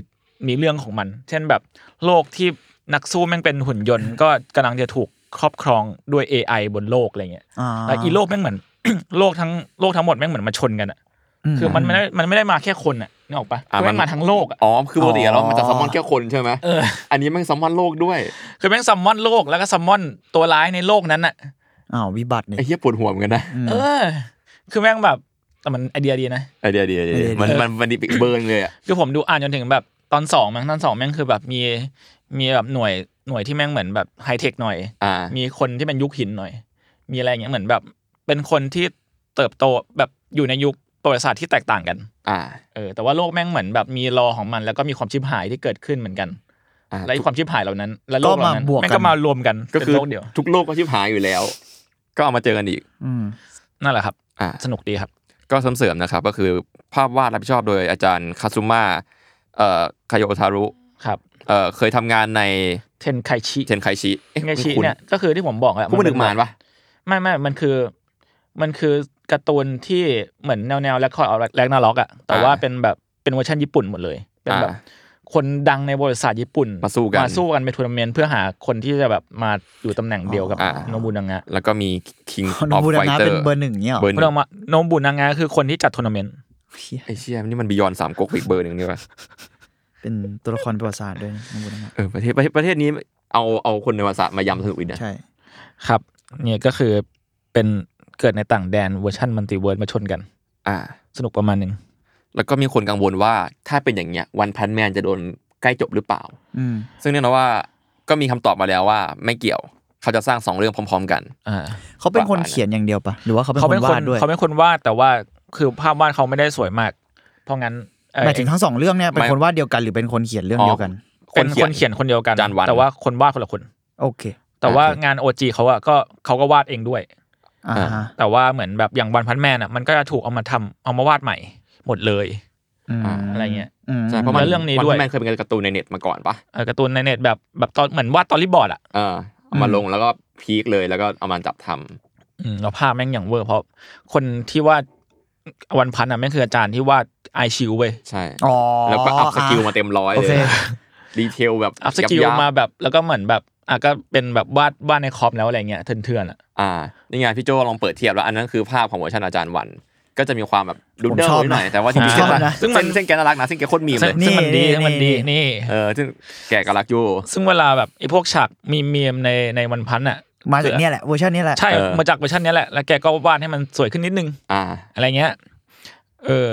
มีเรื่องของมัน เช่นแบบโลกที่นักสู้แม่งเป็นหุ่นยนต์ ก็กำลังจะถูกครอบครองด้วย AI บนโลกอะไรเงี้ย
อ่า
แล้วอีโลกแม่งเหมือน โลกทั้งโลกทั้งหมดแม่งเหมือนมาชนกันอะคือมันไม่ได้มันไม่ได้มาแค่คนอะนึกออกปะคือแม่งมาทั้งโลกอะ
อ๋อคือปกติเรามันจะซัมมอนแค่คนใช่ไหมอันนี้แมันซัมมอนโลกด้วย
คือแม่งซัมมอนโลกแล้วก็ซัมมอนตัวร้ายในโลกนั้นอะ
อ้าววิบัติเนี่ย
ไอ้เหี้ยปวดหัวเหมือนกันนะ
เออ คือแม่งแบบ แต่มันไอเดียดีนะ
ไอเดียดีไอเดียดีมันมันมันดิบเบิร์นเลยอ่ะ
คือผมดูอ่านจนถึงแบบตอนสองมั้งตอนสองแม่งคือแบบมีมีแบบหน่วยหน่วยที่แม่งเหมือนแบบไฮเทคหน่อย
อ่า
มีคนที่เป็นยุคหินหน่อย มีอะไรอย่างเงี้ยเหมือนแบบ เป็นคนที่เติบโตแบบอยู่ในยุคประวัติศาสตร์ที่แตกต่างกัน
อ่า
เออ แต่ว่าโลกแม่งเหมือนแบบมีรอของมัน แล้วก็มีความชิบหายที่เกิดขึ้นเหมือนกัน
อ่า
และไอ้ความชิบหายเหล่านั้น และโลกเหล่านั้น
ก็มาบวกกัน
แม่งก็มารวมกัน
ก็
เป็
คื
น
อ
โลกเดียว
ทุกโลกก็ชิบหายอยู่แล้ว ก็เอามาเจอกันอีก
อืม
นั่นแหละครับ
อ่า
สนุกดีครับ
ก็เสริมเสริมๆนะครับก็คือภาพวาดรับผิดชอบโดยอาจารย์คาซุมาเอ่อคาโยทารุ
ครับ
เอ่อเคยทำงานใน
เทนไคชิ
เทนไคชิ
เทนไคชิเนี่ยก็คือที่ผมบอกแหละ
ผู้บันทึกมานปะ
ไม่ไม่มันคือ มันคือการ์ตูนที่เหมือนแนวแนวแลคคอร์ดแลกนาล็อกอะแต่ว่าเป็นแบบเป็นเวอร์ชันญี่ปุ่นหมดเลยเป็น
อ่า
แบบ คนดังในบริษัทญี่ปุ่น
มาสู้กัน
มาสู้กันเป็นทัวร์นาเมนต์เพื่อหาคนที่จะแบบมาอยู่ตำแหน่งเดียวกับ
อ่า
โนบุนางะ
แล้วก็มี King
โน
of
บุระนะ
Fighter
เป็นเบอร์หนึ่งเนี่ยหรอ
เบอร์ห
ไม่
นึ่
ต้อง งมาโนบุนางะคือคนที่จัดทัวร์นาเมนต์
เหี้ย
ไอ้เชี่ยนี่มันบียอนสามก๊กอีกเบอร์หนึ่งนี่ปะ
เป็นตัวละครประวัติศาสตร์ด้วยนะโนบุระนะ
เออประเทศประเทศประเทศนี้เอาเอาคนในภาษาสตร์มายำสนุกอีกนะ
ใช่
ครับเนี่ยก็คือเป็นเกิดในต่างแดนเวอร์ชันมัลติเวิร์ดมาชนกัน
อ่า
สนุกประมาณหนึ่ง
แล้วก็มีคนกังวลว่าถ้าเป็นอย่างเงี้ยวันพันแมนจะโดนใกล้จบหรือเปล่า
อืม
ซึ่งแน่นอนว่าก็มีคำตอบมาแล้วว่าไม่เกี่ยวเขาจะสร้างสองเรื่องพร้อม ๆ กัน
อ่า
เขาเป็นคนเขียนอย่างเดียวปะหรือว่าเขาเป็น
เขา
ค
เป็น
น
คน
วาดด้วย
เขาเป็นคนวาดแต่ว่าคือภาพวาดเขาไม่ได้สวยมาก เพราะงั้นเอ่อ
หมายถึงทั้งสองเรื่องเนี่ยเป็นคนวาดเดียวกันหรือเป็นคนเขียนเรื่องเดียวกัน
เป็นคนเขียนคนเดียวกัน
จานวัน
แต่ว่าคนวาดคนละคน
โอเค
แต่ว่า
โอเค
งานโอจีเขาอะก็เขาก็วาดเองด้วย
อ่าฮะ
แต่ว่าเหมือนแบบอย่างวันพันแมนอ่ะมันก็จะถูกเอามาทำเอามาวาดใหม่หมดเลย
ม
อะไรเงี้ย
อืม
ใช่เพราะมัน
แล้วเรื่องนี้ด้วย
แมนเคยเป็นการ์ตูนในเน็ตมาก่อนปะ
เอ่อการ์ตูนในเน็ตแบบแบบตอนเหมือนวาดตอรี่บอร์ดอ่ะ
เออเอามาลงแล้วก็พีคเลยแล้วก็เอามาจับทำ
อืมแล้วภาพแม่งอย่างเวอร์เพราะคนที่วาดวันพันอ่ะแม่งคืออาจารย์ที่วาดไอชิวเว้ย
ใช่
อ๋อ
แล้วก็อัพสกิลมาเต็มร้อย
โอ
เล
เค
ยดีเทลแบบ
อัพสกิล
ยับๆ
มาแบบแล้วก็เหมือนแบบอ่ะก็เป็นแบบวาดวาดในคอมแล้วอะไรเงี้ยเถื่อนๆอ่ะ
อ่านี่ไงพี่โจลองเปิดเทียบแล้วอันนั้นคือภาพของเวอร์ชันอาจารย์วัน ก็จะมีความแบบดุนเดิลหน่อยแต่ว่าจริงๆ
ช
เส้
อน บนะ
ซึ่งมันเส้นแกน่ารักนะเส้นแกโคตรมีมเลย
นี่
ซึ่งมันดีซึ่งมันดี
นี่
นี่
เออซึ่งแกก็รักอยู่
ซึ่งเวลาแบบไอ้พวกฉากมีเมียมในในวันพันอ่ะ
มาจากเนี่ยแหละเวอร์ชันเนี้ยแหละ
ใช่
เออ
มาจากเวอร์ชันเนี้ยแหละแล้วแกก็วาดให้มันสวยขึ้นนิดนึง
อ่า
อะไรเงี้ยเออ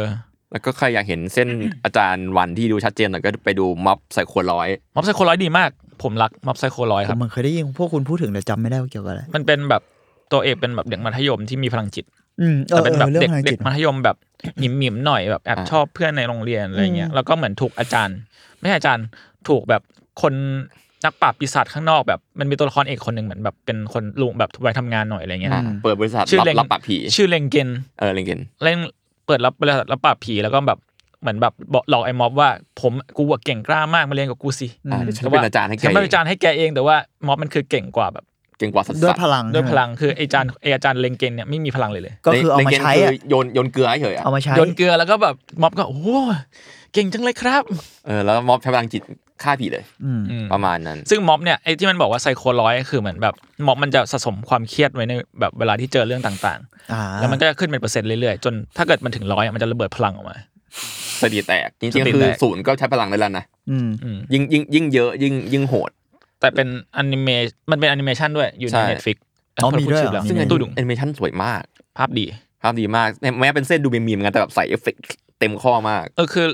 แล้วก็ใครอยากเห็นเส้น อาจารย์วันที่ดูชัดเจนหน่อยก็ไปดูม็อบใส่ขวดร้อย
ม็อบไซโคร้อยดีมาก ผมรักม็อบไซโคร้อย
ผ
ครั
ม
บ
เหมือนเคยได้ยินพวกคุณพูดถึงแต่จำไม่ได้ว่าเกี่ยวกับอะไร
มันเป็นแบบตัวเอกเป็นแบบเด็กมัธยมที่มีพลังจิต
อืมเอ
แต่
อ
เป็นแบบ
เออเรื่อง
เด็ก
ทาง
เด็
จิต
กมัธยมแบบหนิมหนิมๆหน่อยแบบแอบ
อ่า
ชอบเพื่อนในโรงเรียนอะไรเงี้ยแล้วก็เหมือนถูกอาจารย์ ไม่ใช่อาจารย์ถูกแบบคนนักปราบปีศาจข้างนอกแบบมันมีตัวละครเอกคนหนึ่งเหมือนแบบเป็นคนลุงแบบไปทำงานหน่อยอะไรเงี้ย
อ่าเปิดบริษัท
ชื่อ
รับ
เล็ง
รับปากผี
ชื่อเลงเกน
เออเลงเกน
เล่นเปิดรับบริษัทรับปราบผีแล้วก็แบบเหมือนแบบบอกหลอกไอ้ม็อบว่าผมกูอะเก่งกล้ามากมาเรียนกับกูสิ
อ่าเดี๋ยวฉันเป็นอาจารย์ให้แก
ฉันเป็นอาจารย์ให้แกเองแต่ว่าม็อบมันคือเก่งกว่าแบบ
เก่งกว่าสัตว์
ด้วยพลัง
ด้วยพลั
ใช่ไหม
งคือไออาจารย์ไออาจารย์เลงเกนเนี่ยไม่มีพลังเลยเลย
ก็คือเอามาใช้อะ
คือโยนโยนเกลือให้เฉยอะ
เอามาใช้
โยนเกลือแล้วก็แบบม็อบก็โอ้โหเก่งจังเลยครับ
เออแล้วม็อบใช้พลังจิตฆ่าผีเลย
อืม
ประมาณนั้น
ซึ่งม็อบเนี่ยไอที่มันบอกว่าไซโคร้อยคือเหมือนแบบม็อบมันจะสะสมความเครียดไว้ในแบบเวลาที่เจอเรื่องต่าง
อ่า
ๆ แล้วมันก็จะขึ้นเป็นเปอร์เซ็นต์เรื่อยๆ จนถ้าเกิดมันถึงร้อยมันจะระเบิดพลังออกมา
สถิติแตกจริง
สถิติ
ๆคือ
แตก
ศูนย์ก็ใช้พลังได้แล้วนะ
อืม
อืม
ยิ่งยิ่งยิ่งเยอะยิ่งยิ่งโหด
แต่เป็นอนิเมชมันเป็นอนิเมชันด้วยอยู่
ใช่
ในเน็ตฟิก
อ๋อมีด้วยเหรอ
ซึ่ง
ไ
ตู้ดุง
แอนิเมชันสวยมาก
ภาพดี
ภาพดีมากแม้เป็นเส้นดูมีมีเหมือนกันแต่แบบใส่เอฟเฟกต์เต็มข้อมาก
เออคือ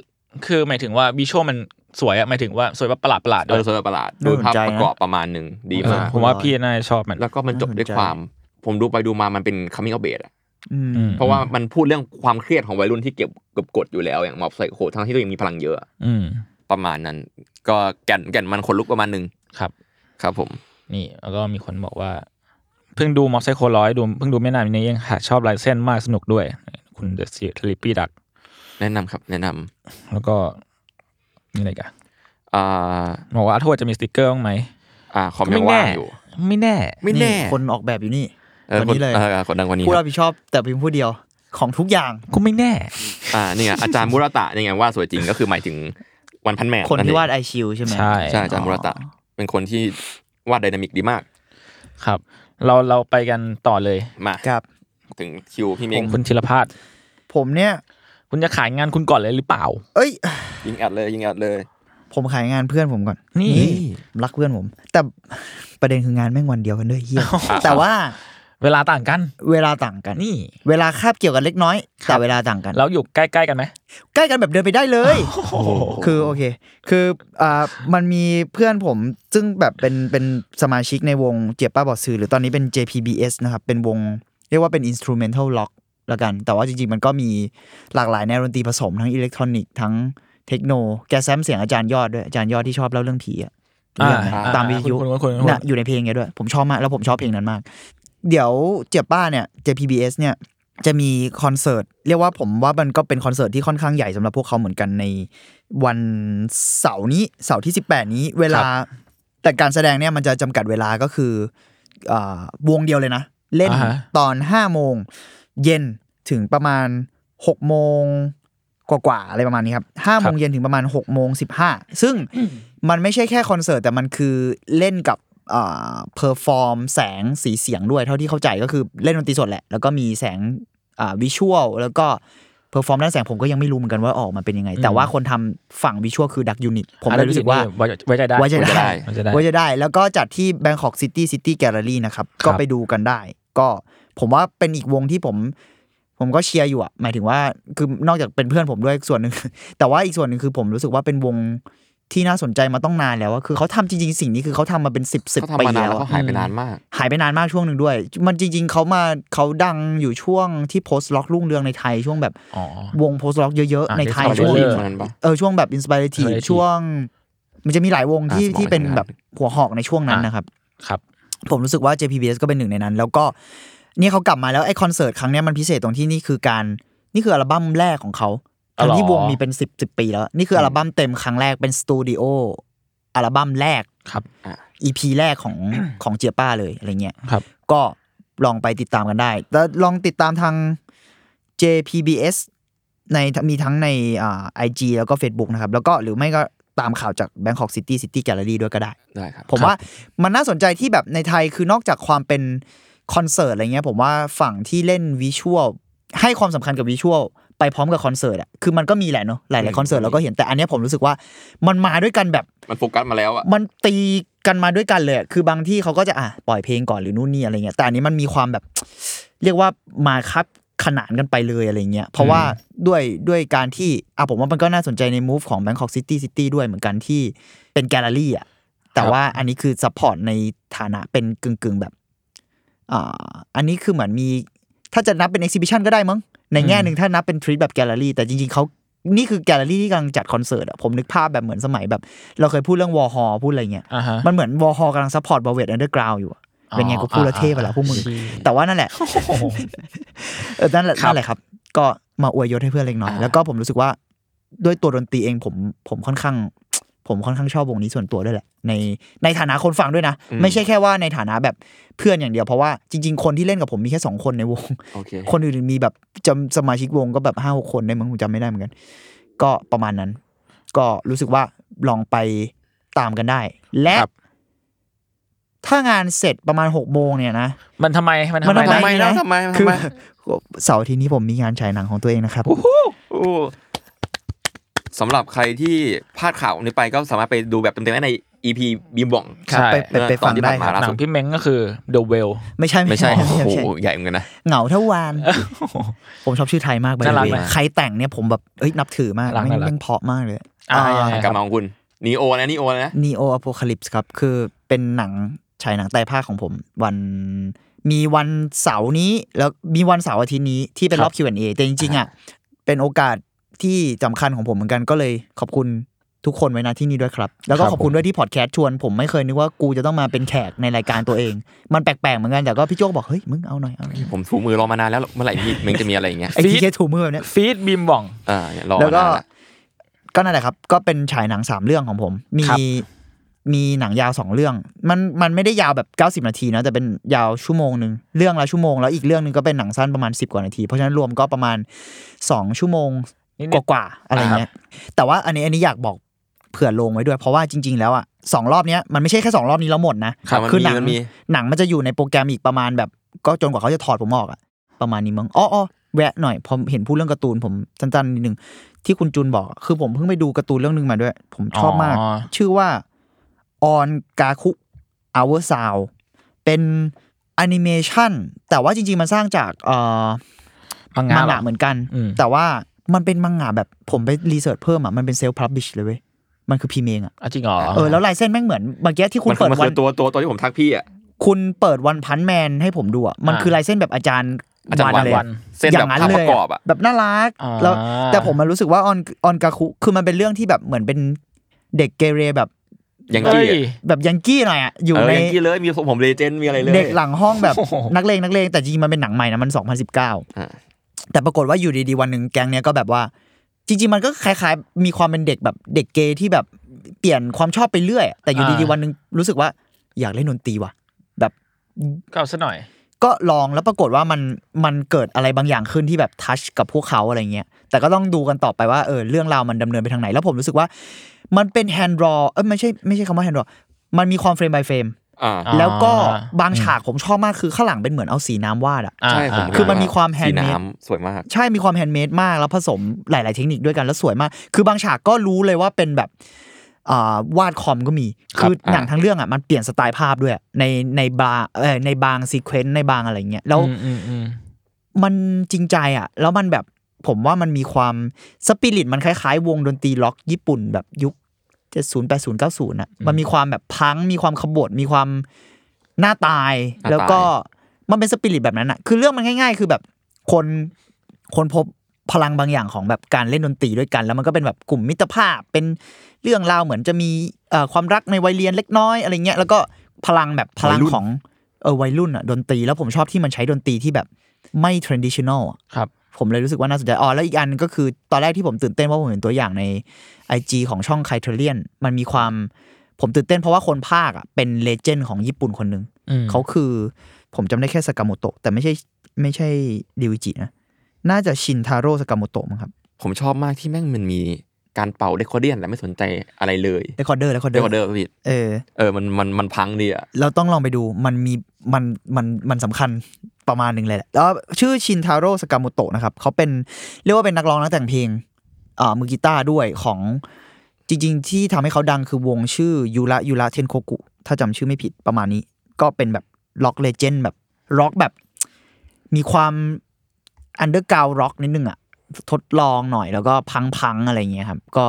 คือหมายถึงว่าวิชวลมันสวยอะหมายถึงว่าสวยแบบประหลาดประหลาดๆ
เอ
ด้ว
อย สวยประหลาดดูภาพ
น่าสนใจนะ
ประกอบประมาณหนึ่งดีมาก
ผมว่าพี่น่าจะชอบมัน
แล้วก็มันจบด้วยความ ผมดูไปดูมามันเป็น coming of age อะ
อืม
อืม
เพราะว่ามันพูดเรื่องความเครียดของวัยรุ่นที่เก็บเก็บกดอยู่แล้วอย่างมอบไซโคทั้งที่ตัวเองมีพลังเยอะอะ
อืม
ประมาณนั้น ก็แก่นแก่นมันขนลุกประมาณหนึ่ง
ครับ
ครับผม
นี่แล้วก็มีคนบอกว่า เพิ่งดูมอบไซโคร้อยดูเพิ่งดูไม่นานนี้เองค่ะชอบลายเส้นมากสนุกด้วย คุณเดอะซีทริปปี้ดัก
แนะนำครับ แนะนำ
แล้วก็นี่อะไรกัน
อ่า
บอกว่าอาโทษจะมีสติกเกอร์บ้างไหม
อ่าคอม
ก็
ยังว่างอยู่
ไม่แน่
ไม่แน่
คนออกแบบอยู่นี่
ออ
คนนี้เลย
ออคนดังคนนี้
ผู้
ค
รั
รั
บบ ผิดชอบแต่เพียงผู้เดียวของทุกอย่าง
ก็ไม่แน่
อ่าเนี่ยอาจารย์มุรตะเนี่ยไงว่าสวยจริงก็คือหมายถึงวันพันแมน
คนที่วาด
นั่นเ
ไอชิวใช่ไหม
ใช่
องใช่อาจารย์มุรตะเป็นคนที่วาดไดนามิกดีมาก
ครับ เราเราไปกันต่อเลย
มา
ครับ
ถึงคิวพี่
ข
เม้
อง งคุณธีรพัฒน์
ผมเนี่ย
คุณจะขายงานคุณก่อนเลยหรือเปล่า
เอ้ย
ยิงแอดเลยยิงแอดเลย
ผมขายงานเพื่อนผมก่อน
นี่
รักเพื่อนผม แต่ประเด็นคืองานแม่งวันเดียวกันด้วยเฮียแต่ว่า
เวลาต่างกัน
เวลาต่างกัน
นี่
เวลาคาบเกี่ยวกันเล็กน้อย
ครั
แต่
บ
เวลาต่างกัน
เราอยู่ใกล้ๆกันไหม
ใกล้กันแบบเดินไปได้เลย คือโอเค คืออ่ามันมีเพื่อนผมซึ่งแบบเป็นเป็นสมาชิกในวงเจียบป้าบอดซื้อหรือตอนนี้เป็น JPBS นะครับ เป็นวงเรียกว่าเป็น instrumental rock ละกัน แต่ว่าจริงๆ มันก็มีหลากหลายแนวดนตรีผสมทั้งอิเล็กทรอนิกส์ทั้งเทคโน แกแซมเสียงอาจารย์ยอดด้วย อาจารย์ยอดที่ชอบเล่าเรื่องผีอะ
อ่า
เรื่องไหน
อ่า
ตามวิทยุ
คุณคุณคุณคุณ
น่ะอยู่ในเพลงไงด้วย ผมชอบมาก แล้วผมชอบเพลงนั้นมาก เดี๋ยวเจียบป้าเนี่ย JPBS เนี่ยจะมีคอนเสิร์ตเรียกว่าผมว่ามันก็เป็นคอนเสิร์ตที่ค่อนข้างใหญ่สำหรับพวกเขาเหมือนกันในวันเสาร์นี้เสาร์ที่ 18 นี้เวลา แต่การแสดงเนี่ยมันจะจำกัดเวลาก็คืออาวงเดียวเลยนะ เล่น
อ่าฮะ
ตอน 5 โมง เย็นถึงประมาณ 6 โมงกว่าๆอะไรประมาณนี้ครับ5โมงเย็นถึงประมาณ6โมง15 ซึ่งมันไม่ใช่แค่คอนเสิร์ต แต่มันคือเล่นกับเพอร์ฟอร์มแสงสีเสียงด้วยเท่าที่เข้าใจก็คือเล่นดนตรีสดแหละ แล้วก็มีแสงวิชวลแล้วก็เพอร์ฟอร์มด้านแสงผมก็ยังไม่รู้เหมือนกันว่าออกมาเป็นยังไง แต่ว่าคนทำฝั่งวิชวลคือดักยูนิตผมเลยรู้สึกว่า
ไว้ไว้ใจได้
ไว้ใจได้
ไว้ใจได้
ไว้จะได้ แล้วก็จัดที่ Bangkok City City Gallery นะครับ ก็ไปดูกันได้ ก็ผมว่าเป็นอีกวงที่ผม ผมก็เชียร์อยู่อะหมายถึงว่า คือนอกจากเป็นเพื่อนผมด้วยส่วนหนึ่ง แต่ว่าอีกส่วนหนึ่งคือผมรู้สึกว่าเป็นวงที่น่าสนใจมาต้องนานแล้วอะคือเขาทำจริงๆ สิ่งนี้คือเขาทำมาเป็นสิบสิบ
เขา
ปี
ทำมานาน
แล้
แล้ว ว
อะ
เขาหายไปนานมาก
หายไปนานมากช่วงหนึ่งด้วย มันจริง ๆเขามาเขาดังอยู่ช่วงที่โพสต์ล็อกรุ่งเรืองในไทยช่วงแบบ
อ๋อ
วงโพสต์ล็อกเยอะ
อ่ะ
ๆในไทย
Discord
ช่วง
Leader
ช่วงนั้นปะ
เออช่วงแบบอินสปิเรที
Inspirative
ช่วง มันจะมีหลายวงที่
อ่ะสมอง
ที่เป็น
ทำงาน
แบบหัวหอกในช่วงนั้นนะครับ
ครับ
ผมรู้สึกว่า JPBS ก็เป็นหนึ่งในนั้น แล้วก็นี่เขากลับมาแล้วไอ้คอนเสิร์ตครั้งเนี้ยมันพิเศษตรงที่นี่คือการนี่คืออัลบั้มแรกของเขา
อ๋อเหรอ
ทั้งที่วงมีเป็นสิบสิบปีแล้ว นี่คืออัลบั้มเต็มครั้งแรกเป็นสตูดิโออัลบั้มแรก
ครับ
EP แรกของ ของเจียป้าเลยอะไรเงี้ย
ครับ
ก็ลองไปติดตามกันได้แต่ลองติดตามทาง JPBS ในมีทั้งในอ่า IG แล้วก็ Facebook นะครับ แล้วก็หรือไม่ก็ตามข่าวจาก Bangkok City City Gallery ด้วยก็ได้
ได้ครับ
ผมว่ามันน่าสนใจที่แบบในไทยคือนอกจากความเป็นคอนเสิร์ตอะไรเงี้ยผมว่าฝั่งที่เล่นวิชวลให้ความสำคัญกับวิชวลไปพร้อมกับคอนเสิร์ตอะคือมันก็มีแหละเนาะหลายๆคอนเสิร์ตเราก็เห็นแต่อันเนี้ยผมรู้สึกว่ามันมาด้วยกันแบบ
มันโฟกัสมาแล้วอะ
มันตีกันมาด้วยกันเลยอะคือบางที่เขาก็จะอ่ะปล่อยเพลงก่อนหรือนู่นนี่อะไรเงี้ย แต่อันนี้มันมีความแบบ เรียกว่ามาครับขนานกันไปเลยอะไรเงี้ย เพราะว่าด้วยด้วยการที่อ่ะผมว่ามันก็น่าสนใจในมูฟของ Bangkok City City ด้วยเหมือนกันที่เป็นแกลเลอรี่อ่ะ แต่
ครับ
ว่าอันนี้คือซัพพอร์ตในฐานะเป็นกึ่งกึ่งๆแบบอ่าอันนี้คือเหมือนมีถ้าจะนับเป็น Exhibition ก็ได้มั้ง ในแง่หนึ่งถ้านับเป็นทริปแบบแกลเลอรี่แต่จริงๆเขานี่คือแกลเลอรี่ที่กำลังจัดคอนเสิร์ตอะผมนึกภาพแบบเหมือนสมัยแบบ เราเคยพูดเรื่องวอฮอพูดอะไรเงี้ย
อ่าฮะ
มันเหมือนวอฮอกำลังซัพพอร์ตบอเวตอันเดอร์กราวอยู่อะเป็นไง
อ๋อ
กูพูดและเทพไปละพวกมึง แต่ว่านั่นแหละ เออนั่นแหละ
ครับ
นั่นแหละครับ ก็มาอวยยศให้เพื่อนเล็กน้อย
อ่า
แล้วก็ผมรู้สึกว่าด้วยตัวดนตรีเองผมผมค่อนข้าง ผมค่อนข้างชอบวงนี้ส่วนตัวด้วยแหละ ในในฐานะคนฟังด้วยนะ ไม่ใช่แค่ว่าในฐานะแบบเพื่อนอย่างเดียวเพราะว่าจริง ๆ คนที่เล่นกับผมมีแค่สองคนในวง
โอเค
คนอื่นมีแบบจำสมาชิกวงก็แบบห้าหกคนได้มั้งผมจำไม่ได้เหมือนกัน ก็ประมาณนั้น ก็รู้สึกว่าลองไปตามกันได้ และ
ครับ
ถ้างานเสร็จประมาณหกโมงเนี่ย นะ
มันทำไม มันทำ
มัน
ไม
ทำไม
นะ
นะ
ทำไมทำไม
คือเสาร์อาที่นี้ผมมีงานฉายหนังของตัวเองนะครับ
สำหรับใครที่พลาดข่าวนี้ไปก็สามารถไปดูแบบเต็มๆได้ใน EP บีมบ่อง
ใช่
ไปไปไป
ตอ
ฟั
น
ง
ที่
ได้
ผ่านมา
ครับ
ล่า
หนั
สุ
ง
ด
พี่เม้งก็คือ The Whale
ไม่ใช่
ไม่ใช่โอ้
ไม่
โห
ใช่
ใหญ่เหมือนกันนะ
เหงาเท่าวาน ผมชอบชื่อไทยมากไป
น่ารัก
เลย
ไหม
ใครแต่งเนี่ยผมแบบเอ้ยนับถือมาก
น่ารัก
แม่ง
น่ารัก
แม่งเพราะมากเลย
อ่ายังไง
ก
ค
ลั
รั
บบ มาของคุณนีโอนะนีโอนะ
Neo Apocalypse ครับ คือเป็นหนังฉายหนังไต่ภาคของผม วันมีวันเสาร์นี้แล้วมีวันเสาร์อาทิตย์นี้ที่เป็นรอบ Q&A แต่จริงๆอ่ะเป็นโอกาสที่สำคัญของผมเหมือนกันก็เลยขอบคุณทุกคนไว้นะที่นี่ด้วยครับ แล้ว
ค
ก็
รับ
ขอบคุณ
ผม
ด้วยที่พอดแคสต์ชวน ผมไม่เคยนึกว่ากูจะต้องมาเป็นแขกในรายการตัวเอง มันแปลกๆเหมือนกันแต่ก็พี่โจ้บอกเฮ้ยมึงเอาหน่อยเอาหน่อย
ผมถูมือรอมานานแล้วเมื่อไหร่พี่เม้งจะมีอะไรอย่างเงี้ย
ไอ้ที่แค่ถูมือแบบเนี้ย
ฟีดบีมบ่อง
เออรอ
แล้ว
มานานละ
ก็ก็นั่นแหละครับ ก็เป็นฉายหนังสามเรื่องของผม มี
ครับ
มีหนังยาวสองเรื่อง มันมันไม่ได้ยาวแบบ 90 นาทีนะ แต่เป็นยาวชั่วโมงหนึ่งเรื่องละชั่วโมงแล้วอีกเรื่องหนึงก็เป็นหนังสั้นประมาณ 10 กว่านาที เพราะฉะนั้นรวมก็ประมาณ 2 ชั่วโมง
นิด
ก
ๆ
ว่าๆอะไรเงี้ยแต่ว่าอันนี้อันนี้อยากบอกเผื่อลงไว้ด้วย เพราะว่าจริง ๆ แล้วอ่ะสองรอบเนี้ยมันไม่ใช่แค่สองรอบนี้แล้วหมดนะ
รับมั
คือหนั
มี
ง
มัมี
หนังมันจะอยู่ในโปรแกรมอีกประมาณแบบ ก็จนกว่าเขาจะถอดผมออกอะประมาณนี้มั้งอ้ออ้อแวะหน่อยพอเห็นพูดเรื่องการ์ตูนผมสั้นๆนิดนึงที่คุณจูนบอกอะคือผมเพิ่งไปดูการ์ตูนเรื่องหนึงมาด้วย ผมชอบมาก
อ๋อ
ชื่อว่า On Gaku Our Sound เป็น แอนิเมชันแต่ว่าจริง ๆ มันสร้างจากเอ่อ
มัง
มั
งะหรง
งะเหมือนกัน
อืม
แต่ว่ามันเป็นมังงะแบบผมไปรีเสิร์ชเพิ่มอ่ะมันเป็นเซลฟ์พับบิชเลยเว้ยมันคือพีเมงอ่ะ
อ่ะจริงเหรอ
เออแล้วลายเส้นแม่งเหมือนเมื่อกี้ที่คุ
มั
ณ
นคื
เปิ
อ
ด
มัน
วั
คือ
น
ตัวตัวตอนที่ผมทักพี่อะ
คุณเปิดวันพันแมนให้ผมดูอ่ะมันคือลายเส้นแบบอาจารย์
อาจารย์วัน
เลย
วั
อะ
นเส้นแบบภาพประกอบอะ
แบบน่ารัก
อ่า
แล้วแต่ผมมันรู้สึกว่าออนออนกาคุคือมันเป็นเรื่องที่แบบเหมือนเป็นเด็กเกเรแบบ
ยัง
เอ้
กี้
ย
อะ
แบบยังกี้หน่อยอ่ะอยู่
เออ
ใน
ยังกี้เลยมีผมเลเจนด์มีอะไรเลย
เด็กหลังห้องแบบ
โอ้โห
นักเลงนักเลงแต่จริงๆมันเป็นหนังใหม่นะมัน
อ่า
2019 แต่ปรากฏว่าอยู่ดีๆวันหนึ่งแก๊งเนี้ยก็แบบว่า จริง ๆ มันก็คล้ายๆ มีความเป็นเด็กแบบเด็กเกย์ที่แบบเปลี่ยนความชอบไปเรื่อยแต่อยู่ดีๆวันหนึ่งรู้สึกว่าอยากเล่นดนตรีว่ะ แบบ
ก็เอาซะหน่อย
ก็ลองแล้วปรากฏว่ามันมันเกิดอะไรบางอย่างขึ้นที่แบบทัชกับพวกเขาอะไรเงี้ยแต่ก็ต้องดูกันต่อไปว่าเออเรื่องราวมันดำเนินไปทางไหน แล้วผมรู้สึกว่า มันเป็นแฮนด์รอเออไม่ใช่ไม่ใช่คำว่าแฮนด์รอมันมีความเฟรม by เฟรม
อ่า
อ่า
แล้วก็บางฉากผมชอบมากคือข้างหลังเป็นเหมือนเอาสีน้ำวาดอ่ะ
อ่า
ใช่ผม
คือมันมีความ
สี
handmade
น้ำสวยมาก
ใช่มีความแฮนด์เมดมากแล้วผสมหลาย ๆ เทคนิคด้วยกันแล้วสวยมาก คือบางฉากก็รู้เลยว่าเป็นแบบอ่าวาดคอมก็มี
ค
คือ
รับอ่า
หนังทั้งเรื่องอ่ะมันเปลี่ยนสไตล์ภาพด้วยในในบาเออในบางซีเควนต์ในบางอะไรเงี้ยแล้ว
อืมอืมอืม
มันจริงใจอ่ะ แล้วมันแบบผมว่ามันมีความสปิริตมันคล้ายๆ วงดนตรีล็อกญี่ปุ่นแบบยุคเจ็ดศูนย์แปดศูนย์เก้าศูนย์อ่ะ มันมีความแบบพังมีความขบวดมีความหน้าตาย
หน้าตาย
แล้วก็มันเป็นสปิริตแบบนั้นอ่ะ คือเรื่องมันง่าย ๆ คือแบบคนคนพบพลังบางอย่างของแบบการเล่นดนตรีด้วยกัน แล้วมันก็เป็นแบบกลุ่มมิตรภาพเป็นเรื่องราวเหมือนจะมีเอ่อความรักในวัยเรียนเล็กน้อยอะไรเงี้ยแล้วก็พลังแบบพลังของ เออวัยรุ่นอ่ะดนตรีแล้วผมชอบที่มันใช้ดนตรีที่แบบไม่ traditional อะ
ครับ
ผมเลยรู้สึกว่าน่าสนใจอ๋อแล้วอีกอันก็คือตอนแรกที่ผมตื่นเต้นเพราะผมเห็นตัวอย่างใน IG ของช่องไคเทเลียนมันมีความผมตื่นเต้นเพราะว่าคนภาคอ่ะเป็นเลเจนด์ของญี่ปุ่นคนหนึ่ง
อืม
เขาคือผมจำได้แค่สากาโมโตะแต่ไม่ใช่ไม่ใช่ดิวิจินะ น่าจะชินทาโร่สากาโมโตะมั้งครับ
ผมชอบมากที่แม่งมันมีการเป่าเดคอเดียนแต่ไม่สนใจอะไรเลย
เรคคอร์เดอร์เรคคอร์
เด
เดอ
คอเด
ร์
อร์พี่
เออ
เออมันมันมันพังดีอะ
เราต้องลองไปดูมันมีมันมันมันสำคัญประมาณหนึ่งเลยแหละแล้วชื่อชินทาโร่สากาโมโตะนะครับเขาเป็น เรียกว่าเป็นนักร้องนักแต่งเพลงอ่ามือกีตาร์ด้วยของจริง ๆ ที่ทำให้เขาดังคือวงชื่อยูระยูระเทนโคกุ ถ้าจำชื่อไม่ผิดประมาณนี้ ก็เป็นแบบล็อกเลเจนด์แบบล็อกแบบ มีความอันเดอร์กราวร็อกนิดนึงอะทดลองหน่อยแล้วก็พัง ๆ อะไรอย่างเงี้ยครับ ก็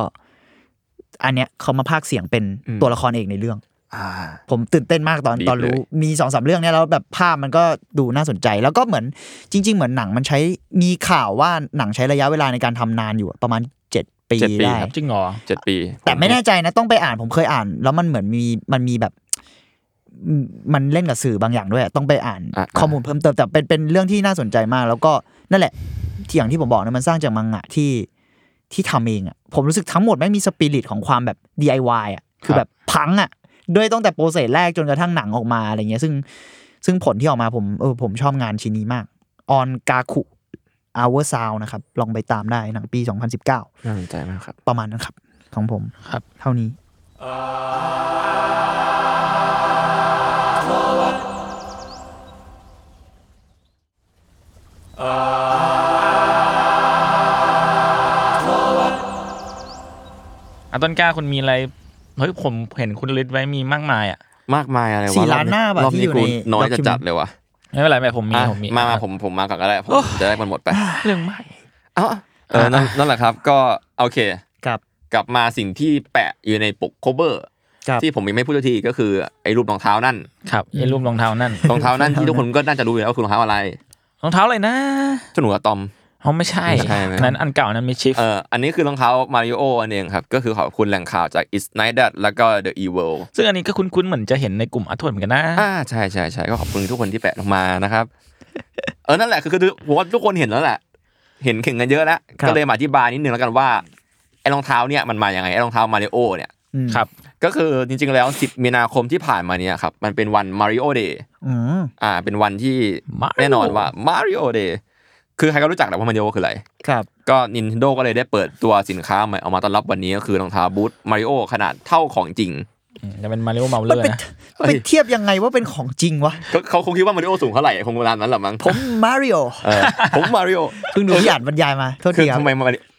อันเนี้ยเขามาพากย์เสียงเป็นตัวละครเอกในเรื่อง
อ่า
ผมตื่นเต้นมากตอน
ดี
ตอนรู้
เลย
มีสองสามเรื่องเนี่ยแล้วแบบภาพมันก็ดูน่าสนใจ แล้วก็เหมือนจริง ๆ เหมือนหนังมันใช้มีข่าวว่าหนังใช้ระยะเวลาในการทำนานอยู่อะประมาณเจ็ดปี
เจ็ดปี
ได้
ครับ
จริงเหรอ
เจ็ดปี
แต่ไม่แน่ใจนะต้องไปอ่านผมเคยอ่าน แล้วมันเหมือนมีมันมีแบบอืมมันเล่นกับสื่อบางอย่างด้วยอะต้องไปอ่านข้อมูลเพิ่มเติมแต่เป็นเป็นเรื่องที่น่าสนใจมาก แล้วก็นั่นแหละที่อย่างที่ผมบอกนะมันสร้างจากมังงะที่ที่ทำเองอะผมรู้สึกทั้งหมดไม่งมีสปิริตของความแบบ DIY อะคือแบบพังอะ ด้วยตั้งแต่โปรเซสแรกจนกระทั่งหนังออกมาอะไรเงี้ยซึ่งซึ่งผลที่ออกมาผมเออผมชอบงานชิ้นนี้มากออนกาคุอเวอร์ซาวนะครับ ลองไปตามได้หนังปี 2019
น่าสนใจมากครับ
ประมาณนั้นครับ ของผม
ครับ
เท่านี้
อ่ะต้นกล้าคุณมีอะไรเฮ้ยผมเห็นคุณลิศไว้มีมากมายอ่ะ
มากมายอะไรวะ
สี่ล้านหน้าบาท
รอบ
ที่
นี้
อยู่
กู
ใน
น้อยจะ
document
จัดเลยว่ะ
ไม่เป็นไรไม่เป็นไรผมมี
อ่ะ
ผมมี
มามา
อ่ะ
ผมผมมาก่อนก็ได้ผมจะได้มันหมดไป
เรื่องใหม่
เอ้าเออนั่นนั่นแหละครับ ก็โอเค
ครับ
กลับมาสิ่งที่แปะอยู่ในปกโคเบอร์
ครับ
ที่ผมยังไม่พูดสักทีก็คือไอ้รูปรองเท้านั่ น
ครับไอ้รูปรองเท้านั่น
รองเท้านั่นที่ทุกคนก็น่าจะรู้อยู่แล้วว่าคือรองเท้าอะไร
รองเท้าอะไรนะ
เจ้าหนูอะตอม
เขาไม่ใช่
ไม่ใช่ไหม
นั้นอันเก่านั้นมิชิฟ
เอ่ออันนี้คือรองเท้ามาริโออันเองครับ ก็คือขอบคุณแหล่งข่าวจาก It's n i g h t แล้วก็ The Evil
ซึ่งอันนี้ก็คุ้นๆเหมือนจะเห็นในกลุ่มอัทวดเหมือนกันนะ
อ่าใช่ใช่ใช่ก็ขอบคุณทุกคนที่แปะลงมานะครับ เออนั่นแหละคือคือผมว่าทุกคนเห็นแล้วแหละ เห็นเข่งกันเยอะแล้ว
ครับ
ก็เลยมาอธิบายนิดนึงแล้วกันว่าไอ้รองเท้าเนี่ยมันมาอย่างไงไอ้รองเท้ามาริโอเนี่ย
อืม
ครับ
ก็คือจริง ๆ แล้ว 10 มีนาคมที่ผ่านมาเนี่ยครับมันเป็นวันมาริโอเดย์
อืม
อ่าเป็นวันที่
Mario
แน่นอนว่ามาริโอเดย์คือใครก็รู้จักแหละว่ามาริโอคืออะไร
ครับ
ก็ Nintendo ก็เลยได้เปิดตัวสินค้าใหม่ออกมาต้อนรับวันนี้ก็คือรองเท้าบูทมาริโอขนาดเท่าของจริง
อืมจะเป็นมาริโอเมาเล
มั
อ
น
ร์
เป็น
นะ
มันเป็นเทียบยังไงว่าเป็นของจริงวะ
ก็เขาคงคิดว่ามาริโอสูงเท่าไหร่คงประมาณนั้นแหละมั้ง
ผมมาริโอ
เออผมมาริโอ
เพิ่งดูพี่อ่านบรรยายมา โทษ
คื
ที
อ
ครับ
ทำไม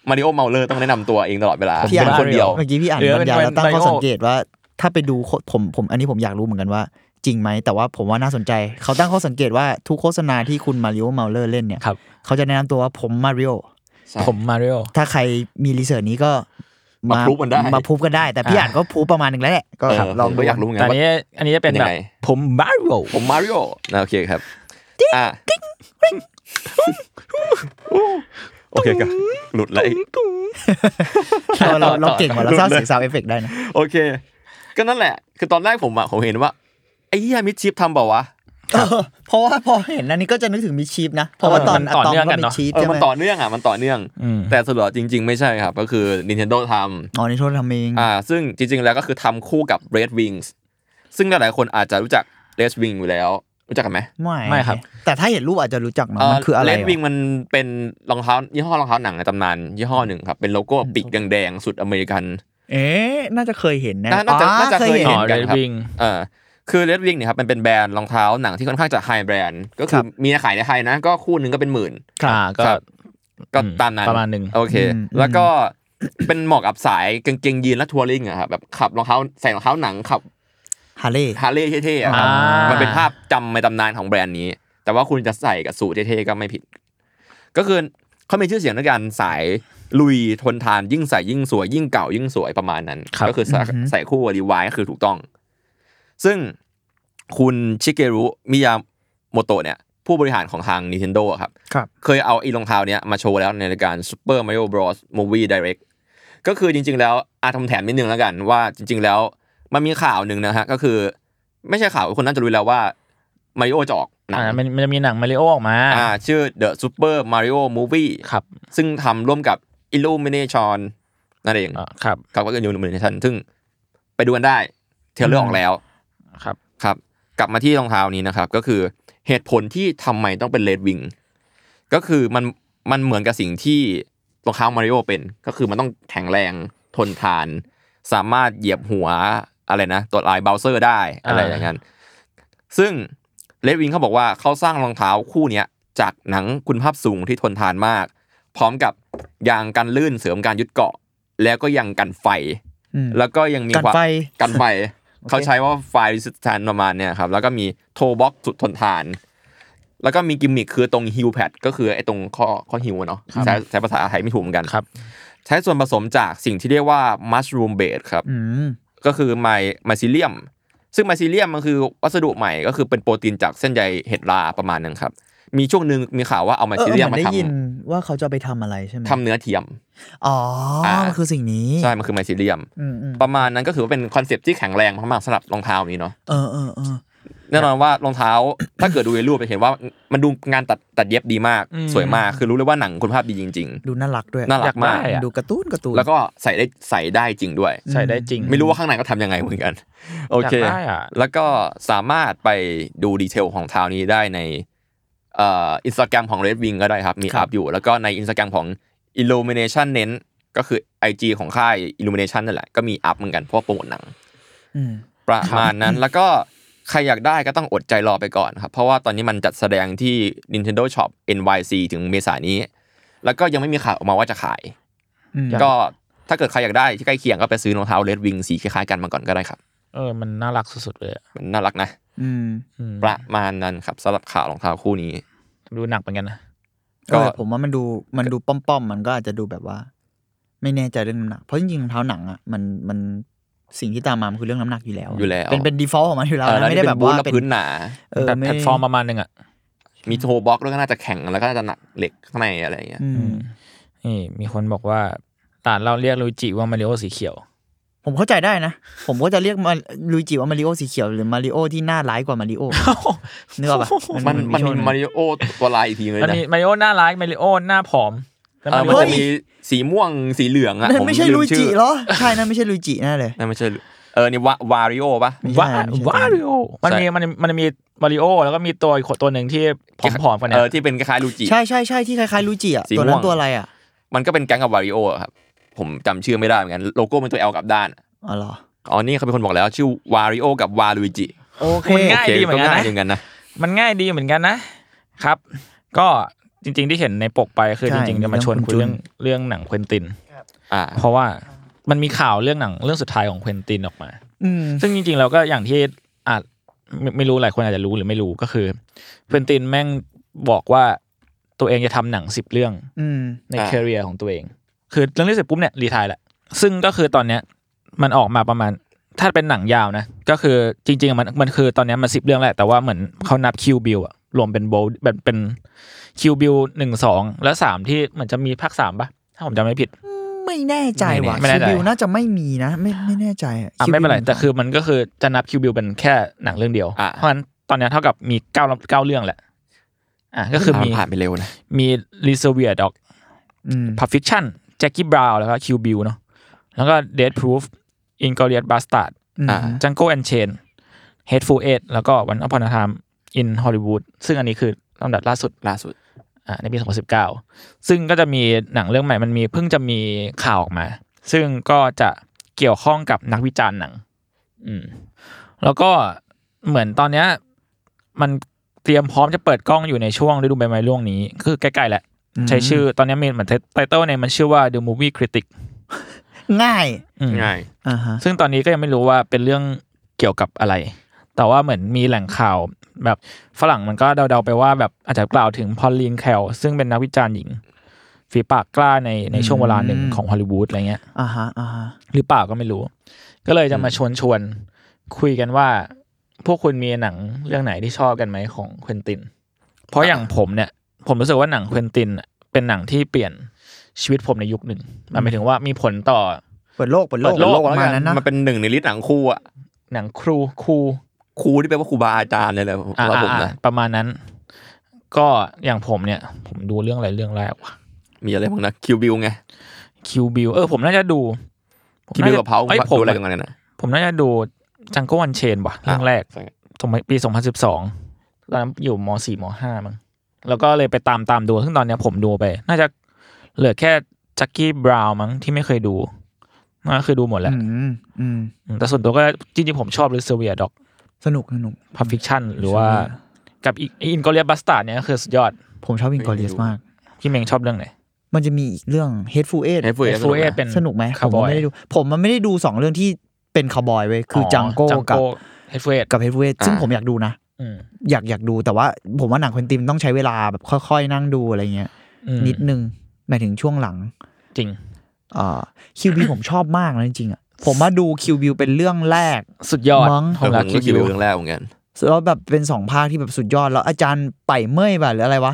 มาริโอเมาเลอร์ต้องแนะนำตัวเองตลอดเวลา
พี่
เป็นคนเดียว
เมื่อกี้พี่อ่านบรรยายแล้วตั้งข้อสังเกตว่า ถ้าไปดูผมผมอันนี้ผมอยากรู้เหมือนกันว่า จ จริงไหม แต่ว่าผมว่าน่าสนใจ เขาตั้งข้อสังเกตว่าทุกโฆษณาที่คุณมาริโอเมาเลอร์เล่นเนี่ย
ครับ
เขาจะแนะนำตัวว่าผมมาริโอ
ใช่
ผมมาริโอ
ถ้าใครมีรีเสิร์ชนี้ก็
มาพรูฟกันได้
มาพรูฟกันได้ แต่พี่อ่านก็พรูฟประมาณหนึ่งแล้วแหละ ก็
เออ
ลอง
ผม
ดู
ก็อยากรู้ไง
แต่อัน
ว่า
นี้อันนี้จะเป็น
เป็นยั
แบบ
งไง
ผมมาริโอ
ผมมาริโอนะโอเคครับอ่ะ
โอเคครับ
หลุดแล้ว
เราเราเราเก่งกว่าเราสร้าง
ดูเลย
เสียงซาวเอฟเฟกได้นะ
โอเค ก็นั่นแหละ คือตอนแรกผมอะผมเห็นว่าไอ้เหี้ยมิดชิปทำเปล่าวะ
เพราะว่าพอเห็นอันนี้ก็จะนึกถึงมิชีฟนะ เพราะว่าตอน
มันต่อเนื่องกันเนอะ
ตมก็มีชีฟ
เออ
ใช่ไห
มัน
ม
ต่อเนื่องอ่ะมันต่อเนื่อง
อืม
แต่สรุปแล้วจริง ๆ ไม่ใช่ครับ ก็คือ Nintendo ทำ
อ๋อนี่โทษทำเอง
อ่าซึ่งจริง ๆ แล้วก็คือทำคู่กับ Red Wings ซึ่งหลายๆคนอาจจะรู้จัก Red Wing อยู่แล้ว รู้จักกันไหม
ไม่
ไม่ครับ
แต่ถ้าเห็นรูปอาจจะรู้จักนะมันคืออะไร
เ Red
วะ
Wing มันเป็นรองเท้ายี่ห้อรองเท้าหนังในตำนานยี่ห้อหนึ่งครับ เป็นโลโก้ปีกแดงๆ สุดอเมริกัน
เอ๊ะน่าจะเคยเห็นนะ
น่าน่าจะ
อ๋อ
น่าจะเคย
อ๋
เห็น
อ
กั
เร
น
ด
ครับ
วิง
เออคือ Red Wing เนี่ยครับมันเป็นแบรนด์รองเท้าหนังที่ค่อนข้างจะไฮแบรนด์ก็คื
ครั
อบ มีขายในไทยนะ ก็คู่หนึ่งก็เป็นหมื่น
อ่าก็
ครับ ก็
อื
ตามนั้น
ประมาณหนึ่ง
โอเค
อืม
แล้วก็ เป็นเหมาะกับสายกางเกงยีนและทัวริงอะครับแบบขับรองเท้าใส่รองเท้าหนังขับ
ฮาร์เลย์
ฮาร์เลย์เท่ๆอะครับ
อ่ามั
มันเป็นภาพจำในตำนานของแบรนด์นี้ แต่ว่าคุณจะใส่กับสูทเท่ๆก็ไม่ผิด ก็คือเขามีชื่อเสียงในการสายลุยทนทานยิ่งใส่ยิ่งสวย ยิ่งเก่ายิ่งสวยประมาณนั้น ก็คือใส่
อือหือ
ใส่คู่วอลีวายก็คือถูกต้อง ซึ่งคุณชิเกรุมิยาโมโตะเนี่ย ผู้บริหารของทาง Nintendo อะครับ
ครับ
เคยเอาไอ้รองเท้าเนี้ยมาโชว์แล้วในรายการ Super Mario Bros Movie Direct ก็คือจริง ๆ แล้วอาทำแถมนิดนึงแล้วกันว่าจริง ๆ แล้วมันมีข่าวหนึ่งนะฮะก็คือ ไม่ใช่ข่าวคนน่าจะรู้แล้วว่ามาริโอจะออกหนัง
อ่ามันมันจะมีหนังมาริโอออกมา
อ่าชื่อ The Super Mario Movie
ครับ
ซึ่งทำร่วมกับ Illumination นั่นเอง
อ่าครับ
ครับก็คือ Illumination ซึ่งไปดูกันได้เทรลเลอร์ออกแล้ว
ครับ
ครับกลับมาที่รองเท้านี้นะครับก็คือเหตุผลที่ทำไมต้องเป็นเลดวิงก็คือมันมันเหมือนกับสิ่งที่รองเท้ามาริโอเป็น ก็คือมันต้องแข็งแรงทนทาน สามารถเหยียบหัวอะไรนะตัวลายเบลเซอร์ได้อะไร
อ่า
อย่างนั้น ซึ่งเลดวิงเขาบอกว่าเขาสร้างรองเท้าคู่เนี้ยจากหนังคุณภาพสูงที่ทนทานมาก พร้อมกับยางกันลื่นเสริมการยึดเกาะ แล้วก็ยังกันไฟ
อืม
แล้วก็ยังมี
กัน
ความ
ไฟ
กันไฟ
โอเค
เขาใช้ว่าไฟสุดทานประมาณเนี่ยครับ แล้วก็มีโทบ็อกสุดทนทาน แล้วก็มีกิมมิคคือตรงฮิวแพดก็คือไอ้ตรงข้อข้อฮิวอะเนาะใช้ใช้ภาษาไทยไม่ถูกเหมือนกัน
ครับ
ใช้ส่วนผสมจากสิ่งที่เรียกว่ามัชรูมเบดครับ
อืม
ก็คือไมไมซิเลียม ซึ่งไมซิเลียมมันคือวัสดุใหม่ก็คือเป็นโปรตีนจากเส้นใยเห็ดราประมาณนึงครับ มีช่วงหนึ่งมีข่าวว่าเอาไม
เออ
ซิ
เออ
เลียม
เหมือ
มาน
ได้
ท
ยินว่าเขาจะเอาไปทำอะไรใช่ไหม
ำทำเนื้อเทียม
อ๋ออา มันคือสิ่งนี้
ใช่มันคือไมซิเลียม
อืมอืม
ประมาณนั้นก็ถือว่าเป็นคอนเซปต์ที่แข็งแรงมากๆสำหรับรองเท้านี้เนาะ
เออเออเออ
แน่นอนว่ารองเท้า ถ้าเกิดดูในรูปจะเห็นว่ามันดูงานตัดตัดเย็บดีมาก
อืม
สวยมากคือรู้เลยว่าหนังคุณภาพดีจริง
ดูน่ารักด้วย
น่ารักมาก
อยได้อะ
ดูการ์ตูนการ์ตูน
ๆ แล้วก็ใส่ได้ใส่ได้จริงด้วย
ใส่ได้จริง
ไม่รู้ว่าข้างในก็ทำยังไงเหมือนกัน โอเค
ยากได้อ่ะ
แล้วก็สามารถไปดูดีเทลของเท้านี้ได้ในเอ่ออินสตาแกรมของ Red Wing ก็ได้ครับ มี
ครั
อั
บ
พอยู่ แล้วก็ในอินสตาแกรมของ Illumination เน้นก็คือ IG ของค่าย Illumination นั่นแหละก็มีอัพเหมือนกันเพราะว่าโปรโมทหนัง
อืม
ประมาณนั้นแล้วก็ใครอยากได้ก็ต้องอดใจรอไปก่อนครับ เพราะว่าตอนนี้มันจัดแสดงที่ Nintendo Shop NYC ถึงเมษายนนี้ แล้วก็ยังไม่มีข่าวออกมาว่าจะขาย
อืม
ก็ถ้าเกิดใครอยากได้ที่ใกล้เคียงก็ไปซื้อรองเท้าเลดวิงสีคล้ายๆกันมาก่อนก็ได้ครับ
เออมันน่ารักสุดๆเลยอะ
มันน่ารักนะ
อืม
อืม
ประมาณนั้นครับสำหรับข่าวรองเท้าคู่นี้
ดูหนักเหมือนกันนะ
ก็
ก็ผมว่ามันดูมันดูป้อมๆ มันก็อาจจะดูแบบว่า ไม่แน่ใจเรื่องน้ำหนัก เพราะจริงๆรองเท้าหนังอ่ะมันมันสิ่งที่ตามมามันคือเรื่องน้ำหนักอยู่แล้ว
อยู่แล้ว
เป็นเป็น default ของมันอยู่แล้ว
เออ
นะ
แล้ว
ไม่
นี่
ได้
เป็
แบ
น
บ
บูท
ว่า
และ
เป็น
พื้นหนา
เออ
แบบ
ไม่
แพลตฟอร์มประมาณหนึ่งอ่ะ
มีโทบ็อกด้วยก็น่าจะแข็งแล้วก็น่าจะหนักเหล็กข้างในอะไรอย่างเงี้ย
อืม
นี่มีคนบอกว่าตานเราเรียกลุยจิว่ามาริโอสีเขียว
ผมเข้าใจได้นะ ผมก็จะเรียกมาลุยจิว่ามาริโอสีเขียวหรือมาริโอที่หน้าร้ายกว่า มาริโอเนื้ออกปะ
มันมัน
ช่ว
มี
งหง
มาริโอตัวลายอีกทีเลย
มัน
นะ
มีมาริโอหน้าร้ายมาริโอหน้าผอมแล้ว
เออ
มาริ
มั
โอ
นจะมีสีม่วงสีเหลืองอะ
นั่น
ผม
ไม่ใช่
ลื
ลุย
ชื่
จิ
อ
เหรอ ใช่นั่นไม่ใช่ลุยจิแน่เลย
นั่นไม่ใช่เออนี่วาวาริโอปะ
ไม่ใช่
ว้า
ไม่ใช่
วาริโอมันมีมันมันมีมาริโอแล้วก็มีตัวอีกตัวหนึ่งที่ผอมๆกันเนี่
เอย อที่เป็นคล้ายๆลูจิ
ใช่ใช่ใช่ที่คล้ายๆลุยจิอ่ะ
สีม่วง
ตัวนั้นตัวอะไรอ่ะ
มันก็เป็นแก๊งกับวาริโออะครับ ผมจำชื่อไม่ได้เหมือนกัน โลโก้เป็นตัว L กลับด้าน
อ๋อเหรอ
อ๋อ นี่เขาเป็นคนบอกแล้ว ชื่อวาริโอกับวาลุยจิ
โอเค
มันง่ายดีเหมือนกันนะ
ง่ายดีเหมือนกันนะ
มันง่ายดีเหมือนกันนะครับ ก็จริงๆที่เห็นในปกไปคือ
ใช่
จริงๆจะมาชวนคุย
เรื่
เรื่
อ
อง งเรื่องหนังควินติน
อ่า
เพราะว่า มันมีข่าวเรื่องหนังเรื่องสุดท้ายของควินตินออกมา
อืม
ซึ่งจริงๆเราก็อย่างที่อาจ ไม่ไม่รู้หลายคนอาจจะรู้หรือไม่รู้ก็คือเควินตินแม่งบอกว่าตัวเองจะทำหนังสิบเรื่อง
อืม
ใน
อ่า
แคริเอร์ของตัวเอง คือเรื่องนี้เสร็จปุ๊บเนี่ยรีไทายแหละ ซึ่งก็คือตอนเนี้ยมันออกมาประมาณ ถ้าเป็นหนังยาวนะ ก็คือจริงๆ มันมันคือตอนเนี้ยมันสิบเรื่องแหละ แต่ว่าเหมือนเขานับคิวบิลอะรวมเป็นโบแบบเป็นคิวบิลหนึ่งสองและสามที่เหมือนจะมีภาคสามปะถ้าผมจำไม่ผิด
ไม่แน่ใจว่ะ
ไม่แน่
คิว
ใจ
บิวน่าจะไม่มีนะ ไม่ไม่แน่ใจอะ
อ่ะ
คิว
ไม่เป็นไร
บิล
แต่คือมันก็คือจะนับคิวบิลเป็นแค่หนังเรื่องเดียว
อ่ะ
เพราะฉะนั้นตอนเนี้ยเท่ากับมีเก้าเก้าเรื่องแหละอ่ะก็คือมี
ผ่านไปเร็วนะ
มีรีเซเวียดอก
อืม
พับฟิ c ชั่นแจ็คกี้บราวน์แล้วก็คิวบิ l เนาะแล้วก็เดดพ o ูฟอินกอริเอตบาสตาร์ด
อ่า
จังโก้แอนเชนเฮดฟูเอทแล้วก็วันอพอนธรรมอินฮอลลีวูดซึ่งอันนี้คือลำดับล่าสุด
ล่าสุด
อ่าในปี 2019 ซึ่งก็จะมีหนังเรื่องใหม่มันมีเพิ่งจะมีข่าวออกมา ซึ่งก็จะเกี่ยวข้องกับนักวิจารณ์หนัง อืม แล้วก็เหมือนตอนเนี้ยมันเตรียมพร้อมจะเปิดกล้องอยู่ในช่วงฤดูใบไม้ร่วงนี้ คือใกล้ๆแหละ ใช้ชื่อตอนนี้มีเหมือนไตเติลเนี่ยมันชื่อว่า The Movie Critic
ง่าย
อืม
ง่าย
อ่าฮะ
ซึ่งตอนนี้ก็ยังไม่รู้ว่าเป็นเรื่องเกี่ยวกับอะไร แต่ว่าเหมือนมีแหล่งข่าว แบบฝรั่งมันก็เดาๆไปว่าแบบอาจจะกล่าวถึงพอลลีนแคลซึ่งเป็นนักวิจารณ์หญิง ฝีปากกล้าในในช่วงเวลาหนึ่งของฮอลลีวูดอะไรเงี้ย
อ่าฮะอ่าฮะ
หรือเปล่าก็ไม่รู้ ก็เลยจะมาชวนชวนๆคุยกันว่า พวกคุณมีหนังเรื่องไหนที่ชอบกันไหมของเควินติน เพราะอย่างผมเนี่ย ผมรู้สึกว่าหนังเควินตินอะเป็นหนังที่เปลี่ยนชีวิตผมในยุคหนึ่งมันหมายถึงว่ามีผลต่อ
เปิดโลกเปิดโลก
เปิดโลก
ประมาณนั้นนะ
มันเป็นหนึ่งในลิสต์หนังครูอ่ะ
หนังครูครู
ครูที่แปลว่าครูบาอาจารย์เลยแหละผม
อ่า
ว่าผมนะ
ๆๆประมาณนั้น ก็อย่างผมเนี่ย ผมดูเรื่องอะไรเรื่องแรกวะ
มีอะไรบ้างนะคิวบิลไง
คิวบิลเออผมน่าจะดู
คิวบิลกับเพา
ไอ้ยผ
ดู
ม
อะไรกันนะ
ผมน่าจะดูจังโก้วันเชนว่ะเรื่องแรก สมัยปี 2012 ตอนนั้นอยู่ม .4 ม .5 มั้ง แล้วก็เลยไปตามตามดู ซึ่งตอนเนี้ยผมดูไป น่าจะเหลือแค่จักกี้บราวน์มั้งที่ไม่เคยดูก็คือดูหมดแหละ
อืมอืม
อืมแต่ส่วนตัวก็จริงๆ ผมชอบลิเซเวียด็อก
สนุกสนุก
พับฟิคชั่นหรือว่า กับอีกอินกอริเอบัสตาร์ดเนี่ยก็คือสุดยอด
ผมชอบวิงกอริสมาก
พี่เมงชอบเรื่องไหน
มันจะมีอีกเรื่อง Hateful Eight
Hateful เอ้ย
ฟูเอ
สนุกนะ
เป็น
สนุกไหม
คาว
ผ
บ
ม
อย
ไม่ได้ดู ผมมันไม่ได้ดูสองเรื่องที่เป็นคาวบอยเว้ยคือจังโก้กับ
เฮดฟูเอ
กับ Hateful Eight ซึ่ง
อ่า
ผมอยากดูนะ อยากอยากดูแต่ว่าผมว่าหนังควินตินต้องใช้เวลาแบบค่อยๆ นั่งดูอะไรเงี้ย นิดนึงหมายถึงช่วงหลัง
จริง
คิวบิว ผมชอบมากนะจริงๆอ่ะผมมาดูคิวบิวเป็นเรื่องแรก
สุดยอด
มั้ง
ผมรัก
เออผม
คิ
ก็
ว
คิวบิ
บิ
ล
ว
เรื่องแรกเหมือนกัน
แล้วแบบเป็นสองภาคที่แบบสุดยอด แล้วอาจารย์ไปเมื่อยป่ะหรืออะไรวะ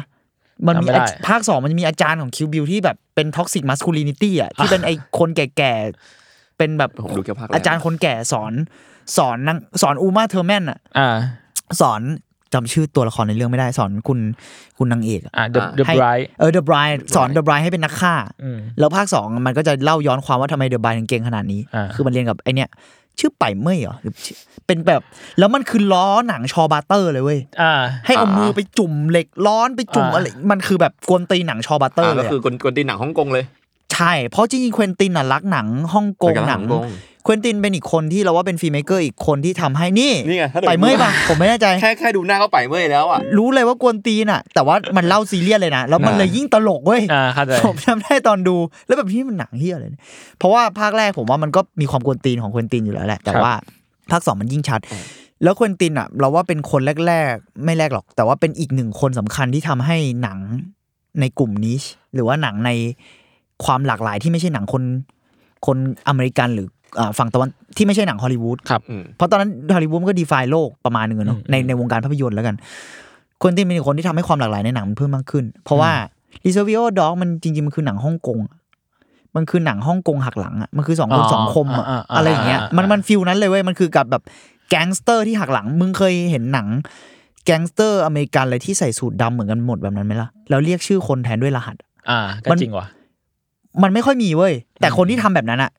มันมี
จำไได้
ภาคสองมันมีอาจารย์ของคิวบิวที่แบบเป็นท็อกซิกมัสคูลินิตี้ อ่ะที่เป็นไอ้คนแก่ๆ เป็นแบบ
ผมดูแค่ภาคแรก
อาจารย์คนแก่สอนสอนนางสอนอูมาเทอร์แมนอ่ะ
อ่า
สอนจำชื่อตัวละครในเรื่องไม่ได้ สอนคุณคุณนางเอกอะ
อ่าเดอะเดอะ
ให้
ไบรท์
เออเดอะไบรท์สอนเดอะไบรท์ให้เป็นนักฆ่า
อืม
แล้วภาคสองมันก็จะเล่าย้อนความว่าทำไมเดอะบายถึงเก่งขนาดนี้
อ่า
คือมันเรียนกับไอเนี้ยชื่อไปเมื่อยเหรอหรือชื่อเป็นแบบ แล้วมันคือล้อหนังชอบาเตอร์เลยเว้ย
อ่า
ให้เอา
อ่า
มือไปจุ่มเหล็กร้อนไปจุ่ม
อ่า
อะไร มันคือแบบกวนตีนหนังชอบาเตอร์
อ่า
เล
ก็
ย
คือ
อะ
กลกลตีนหนังฮ่องกงเลย
ใช่ เพราะจริงๆเควินตินน่ะรักหนังฮ่องกงหนัง
ฮ่อ
เควินตินเป็นอีกคนที่เราว่าเป็นฟิล์มเมกเกอร์อีกคนที่ทำให้นี่
นี่ไงถ้าเดี๋ยว
ไปเมื่อยปะผมไม่แน่ใจ
แค่แค่ดูหน้าเขาไปเมื่อยแล้วอ่ะ
รู้เลยว่ากวนตีนอ่ะ แต่ว่ามันเล่าซีเรียสเลยนะ แล้วมัน
อ่า
เลยยิ่งตลกเว้ย
อ่าเข้าใจ
ผมจ ำได้ตอนดูแล้วแบบพี่มันหนังเฮียเลยเนี่ยเพราะว่าภาคแรกผมว่ามันก็มีความควนตีนของควนตีนอยู่แล้วแหละ แต่
ครับ
ว่าภาคสองมันยิ่งชัด แล้วควนตีนอ่ะ เราว่าเป็นคนแรกๆ ไม่แรกหรอก แต่ว่าเป็นอีกหนึ่งคนสำคัญที่ทำให้หนังในกลุ่มนี้ หรือว่าหนังในความหลากหลายที่ไม่ใช่หนังคนคนอเมริกันหรืออ่าฝั่งตะวันที่ไม่ใช่หนังฮอลลีวูด
ครับ
อืม
เพราะตอนนั้นฮอลลีวูดมันก็ดีฟายโลกประมาณหนึ่งอะเนาะ
อืม
ในในวงการภาพยนตร์แล้วกันควนตินเป็นคนที่ทำให้ความหลากหลายในหนังมันเพิ่มมากขึ้น เพราะว่าลิเซวิโอด็อกมันจริงๆ มันคือหนังฮ่องกงอะมันคือหนังฮ่องกงหักหลังอ่ะมันคือสองคน
อ๋อ
สองคมอะ
อ่าๆๆ
อะไรอย่างเงี้ย
อ่าๆ
มันมันฟิลนั้นเลยเว้ยมันคือกับแบบแก๊งสเตอร์ที่หักหลัง มึงเคยเห็นหนัง แก๊งสเตอร์อเมริกันอะไรที่ใส่สูทดำเหมือนกันหมดแบบนั้นไหมล่ะแล้วเรียกชื่อคนแทนด้วยรหัส
อ่าก็
มัน
จริงว่ะ
มันไม่ค่อยมีเว้ย แต่
อืม
คนที่ทำแบบนั้นอะ